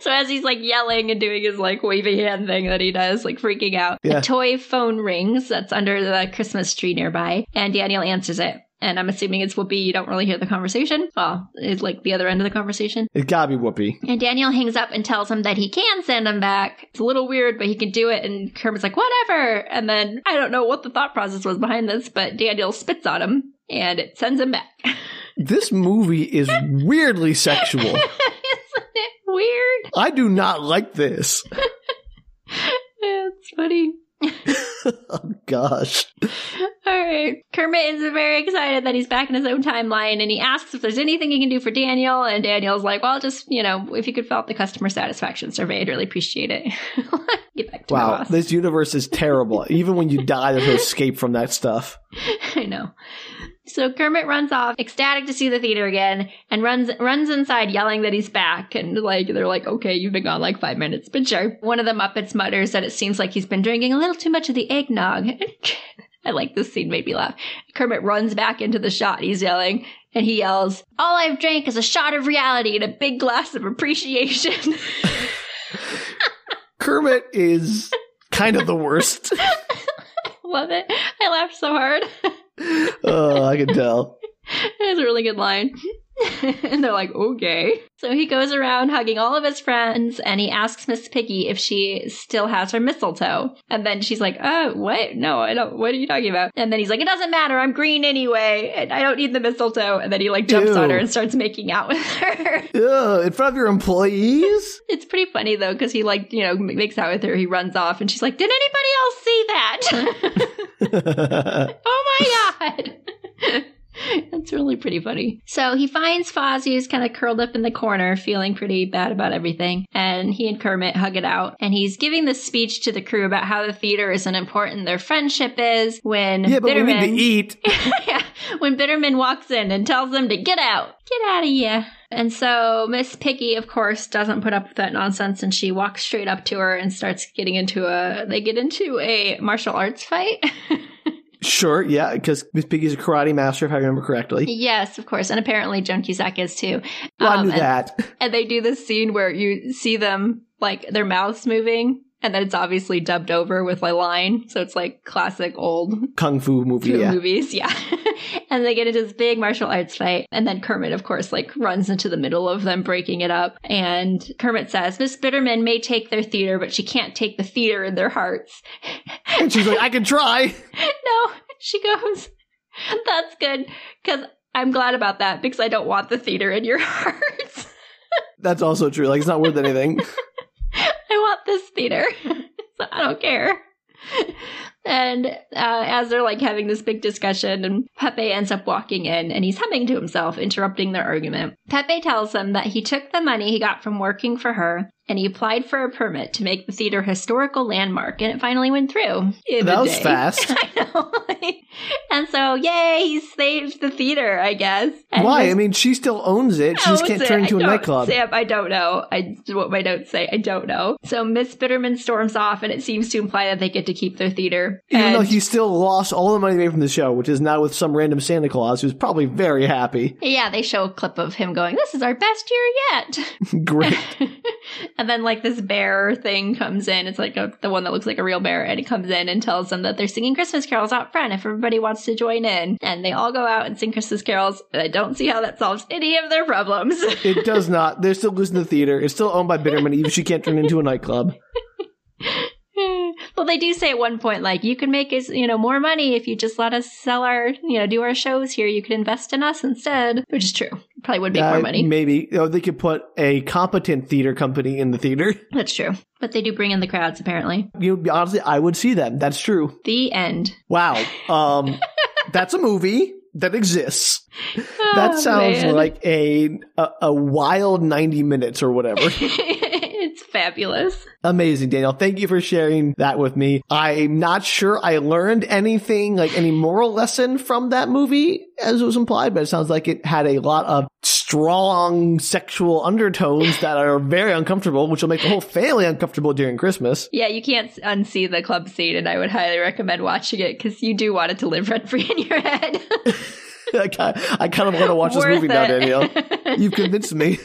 Speaker 1: So as he's like yelling and doing his like wavy hand thing that he does, like freaking out,
Speaker 2: Yeah.
Speaker 1: a toy phone rings that's under the Christmas tree nearby, and Daniel answers it. And I'm assuming it's Whoopi. You don't really hear the conversation. Well, it's like the other end of the conversation.
Speaker 2: It gotta be Whoopi.
Speaker 1: And Daniel hangs up and tells him that he can send him back. It's a little weird, but he can do it. And Kermit's like, whatever. And then I don't know what the thought process was behind this, but Daniel spits on him and it sends him back.
Speaker 2: This movie is weirdly sexual.
Speaker 1: Isn't it weird?
Speaker 2: I do not like this.
Speaker 1: Yeah, it's funny.
Speaker 2: Gosh.
Speaker 1: All right. Kermit is very excited that he's back in his own timeline and he asks if there's anything he can do for Daniel. And Daniel's like, well, just, you know, if you could fill out the customer satisfaction survey, I'd really appreciate it. Get back to my
Speaker 2: Wow,
Speaker 1: boss.
Speaker 2: this universe is terrible. Even when you die, there's no escape from that stuff.
Speaker 1: I know. So Kermit runs off, ecstatic to see the theater again, and runs runs inside yelling that he's back. And like they're like, "Okay, you've been gone like five minutes, but sure." One of the Muppets mutters that it seems like he's been drinking a little too much of the eggnog. I like this scene; made me laugh. Kermit runs back into the shot. He's yelling, and he yells, "All I've drank is a shot of reality and a big glass of appreciation."
Speaker 2: Kermit is kind of the worst.
Speaker 1: Love it. I laughed so hard.
Speaker 2: Oh, I can tell.
Speaker 1: That's a really good line. and they're like, okay. So he goes around hugging all of his friends and he asks Miss Piggy if she still has her mistletoe. And then she's like, oh, what? No, I don't. What are you talking about? And then he's like, it doesn't matter. I'm green anyway. And I don't need the mistletoe. And then he like jumps
Speaker 2: Ew.
Speaker 1: on her and starts making out with her.
Speaker 2: Ugh, in front of your employees?
Speaker 1: it's pretty funny though, because he like, you know, m- makes out with her. He runs off and she's like, did anybody else see that? Oh my god! That's really pretty funny. So he finds Fozzie, who's kind of curled up in the corner, feeling pretty bad about everything. And he and Kermit hug it out. And he's giving this speech to the crew about how the theater isn't important, their friendship is. When
Speaker 2: yeah, but we need
Speaker 1: Bitterman,
Speaker 2: to eat.
Speaker 1: yeah, when Bitterman walks in and tells them to get out, get out of here. And so Miss Piggy, of course, doesn't put up with that nonsense, and she walks straight up to her and starts getting into a. They get into a martial arts fight.
Speaker 2: Sure, yeah, because Miss Piggy's a karate master, if I remember correctly.
Speaker 1: Yes, of course. And apparently Joan Cusack is too. Um,
Speaker 2: Well, I knew
Speaker 1: and,
Speaker 2: that.
Speaker 1: and they do this scene where you see them, like, their mouths moving, and then it's obviously dubbed over with a line. So it's like classic old
Speaker 2: Kung Fu movie,
Speaker 1: two
Speaker 2: yeah.
Speaker 1: movies. Yeah. and they get into this big martial arts fight. And then Kermit, of course, like runs into the middle of them, breaking it up. And Kermit says, Miss Bitterman may take their theater, but she can't take the theater in their hearts.
Speaker 2: And she's like, I can try.
Speaker 1: no, she goes, that's good. Cause I'm glad about that because I don't want the theater in your hearts.
Speaker 2: That's also true. Like, it's not worth anything.
Speaker 1: I want this theater. so I don't care. And uh, as they're like having this big discussion, and Pepe ends up walking in and he's humming to himself, interrupting their argument. Pepe tells him that he took the money he got from working for her and he applied for a permit to make the theater historical landmark, and it finally went through. In
Speaker 2: that
Speaker 1: a
Speaker 2: was
Speaker 1: day.
Speaker 2: fast.
Speaker 1: I know. and so, yay, he saved the theater, I guess. And
Speaker 2: Why?
Speaker 1: this-
Speaker 2: I mean, she still owns it. She just
Speaker 1: How
Speaker 2: can't
Speaker 1: is
Speaker 2: turn
Speaker 1: it?
Speaker 2: into
Speaker 1: I
Speaker 2: a
Speaker 1: don't-
Speaker 2: nightclub.
Speaker 1: Sam, I don't know. I what my notes say. I don't know. So Miss Bitterman storms off, and it seems to imply that they get to keep their theater.
Speaker 2: Even though
Speaker 1: And-
Speaker 2: he still lost all the money made from the show, which is now with some random Santa Claus who's probably very happy.
Speaker 1: yeah, they show a clip of him going, "This is our best year
Speaker 2: Great.
Speaker 1: yet," and then like this bear thing comes in. It's like a, the one that looks like a real bear, and it comes in and tells them that they're singing Christmas carols out front. If everybody wants to join in, and they all go out and sing Christmas carols, and I don't see how that solves any of their problems.
Speaker 2: It does not. They're still losing the theater. It's still owned by Bitterman, even if she can't turn into a nightclub.
Speaker 1: well, they do say at one point, like, you can make us, you know, more money if you just let us sell our, you know, do our shows here. You could invest in us instead, which is true. Probably would make
Speaker 2: Uh,
Speaker 1: more money.
Speaker 2: Maybe. Oh, they could put a competent theater company in the theater.
Speaker 1: That's true. But they do bring in the crowds, apparently.
Speaker 2: You know, honestly, I would see them. That's true.
Speaker 1: The end.
Speaker 2: Wow. Um, that's a movie that exists. That
Speaker 1: Oh,
Speaker 2: sounds
Speaker 1: man.
Speaker 2: like a, a a wild ninety minutes or whatever.
Speaker 1: it's fabulous.
Speaker 2: Amazing, Daniel. Thank you for sharing that with me. I'm not sure I learned anything, like any moral lesson from that movie, as it was implied, but it sounds like it had a lot of strong sexual undertones that are very uncomfortable, which will make the whole family uncomfortable during Christmas.
Speaker 1: Yeah, you can't unsee the club scene, and I would highly recommend watching it because you do want it to live rent free in your head.
Speaker 2: I kind I kind of want to watch this
Speaker 1: Worth
Speaker 2: movie now,
Speaker 1: it.
Speaker 2: Daniel. You've convinced me.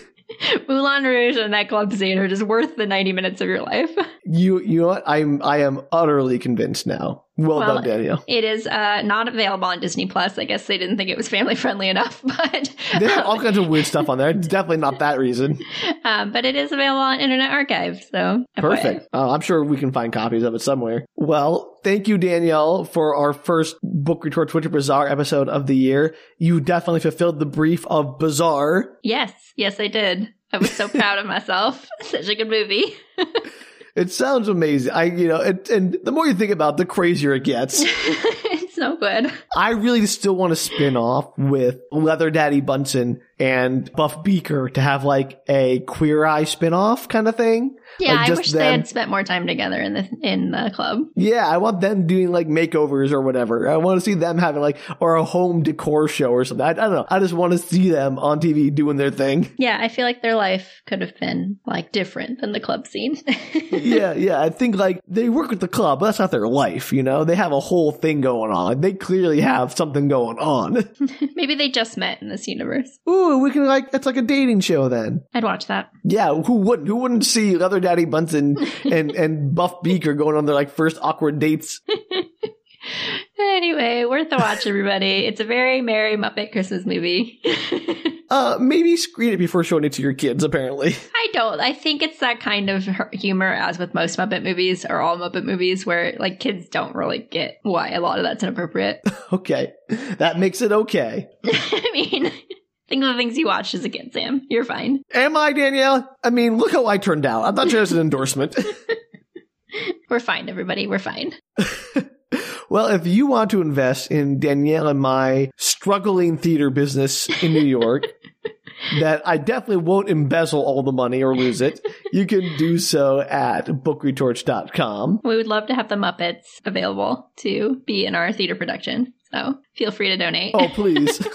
Speaker 1: Moulin Rouge and that club scene are just worth the 90 minutes of your life.
Speaker 2: You you know what? I'm I am utterly convinced now. Well,
Speaker 1: Well,
Speaker 2: done, Daniel.
Speaker 1: It is uh, not available on Disney Plus. I guess they didn't think it was family friendly enough, but
Speaker 2: They have all kinds of weird stuff on there. It's definitely not that reason.
Speaker 1: um, but it is available on Internet Archive. So FYI.
Speaker 2: Perfect. Uh, I'm sure we can find copies of it somewhere. Well, thank you, Danielle, for our first Book Retort Twitter Bazaar episode of the year. You definitely fulfilled the brief of Bazaar.
Speaker 1: Yes, yes, I did. I was so proud of myself. Such a good movie.
Speaker 2: It sounds amazing. I, you know, it, and the more you think about it, the crazier it gets.
Speaker 1: it's so good.
Speaker 2: I really still want to spin off with Leather Daddy Bunsen and Buff Beaker to have like a Queer Eye spin off kind of thing.
Speaker 1: Yeah,
Speaker 2: Like,
Speaker 1: I
Speaker 2: just
Speaker 1: wish they
Speaker 2: them-
Speaker 1: had spent more time together in the in the club.
Speaker 2: Yeah, I want them doing like makeovers or whatever. I want to see them having like or a home decor show or something. I, I don't know. I just want to see them on TV doing their thing.
Speaker 1: Yeah, I feel like their life could have been like different than the club scene.
Speaker 2: yeah, yeah. I think like they work with the club, but that's not their life. You know, they have a whole thing going on. Like, they clearly have something going on.
Speaker 1: Maybe they just met in this universe.
Speaker 2: Ooh, we can like it's like a dating show then.
Speaker 1: I'd watch that.
Speaker 2: Yeah, who wouldn't? Who wouldn't see Leather Daddy Bunsen and and Buff Beaker going on their like first awkward dates?
Speaker 1: Anyway, worth a watch, everybody. It's a very merry Muppet Christmas movie.
Speaker 2: Uh, maybe screen it before showing it to your kids, apparently.
Speaker 1: I don't. I think it's that kind of hu- humor, as with most Muppet movies or all Muppet movies, where like kids don't really get why a lot of that's inappropriate.
Speaker 2: Okay. That makes it okay.
Speaker 1: I mean, think of the things you watched as a kid, Sam. You're fine.
Speaker 2: Am I, Danielle? I mean, look how I turned out. I'm not sure it's an endorsement.
Speaker 1: We're fine, everybody. We're fine.
Speaker 2: well, if you want to invest in Danielle and my struggling theater business in New York, that I definitely won't embezzle all the money or lose it, you can do so at bookretorch.com.
Speaker 1: We would love to have the Muppets available to be in our theater production. So feel free to donate.
Speaker 2: Oh, please.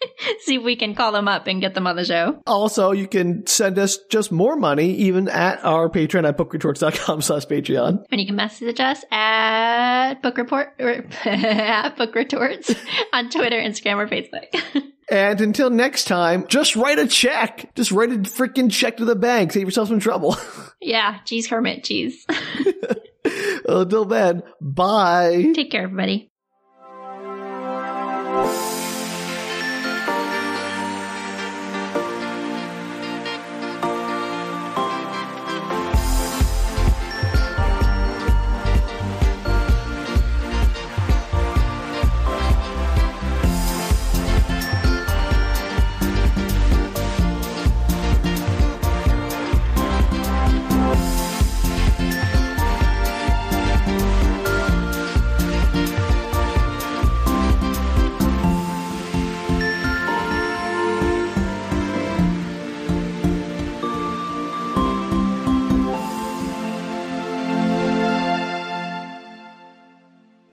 Speaker 1: See if we can call them up and get them on the show.
Speaker 2: Also, you can send us just more money even at our Patreon at bookretorts.com slash Patreon.
Speaker 1: And you can message us at Book Report or at Book Retorts on Twitter, Instagram, or Facebook.
Speaker 2: And until next time, just write a check. Just write a freaking check to the bank. Save yourself some trouble.
Speaker 1: yeah, geez, Hermit, geez.
Speaker 2: until then, bye.
Speaker 1: Take care, everybody.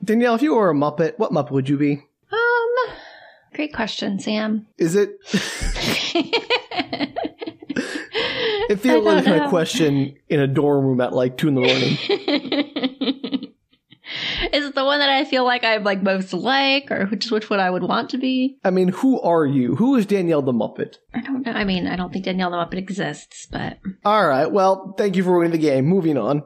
Speaker 2: Danielle, if you were a Muppet, what Muppet would you be?
Speaker 1: Um, great question, Sam.
Speaker 2: Is it? It feels like the kind of question in a dorm room at like two in the morning.
Speaker 1: Is it the one that I feel like I'm like most like, or which which one I would want to be?
Speaker 2: I mean, who are you? Who is Danielle the Muppet?
Speaker 1: I don't know. I mean, I don't think Danielle the Muppet exists, but
Speaker 2: All right. Well, thank you for winning the game. Moving on.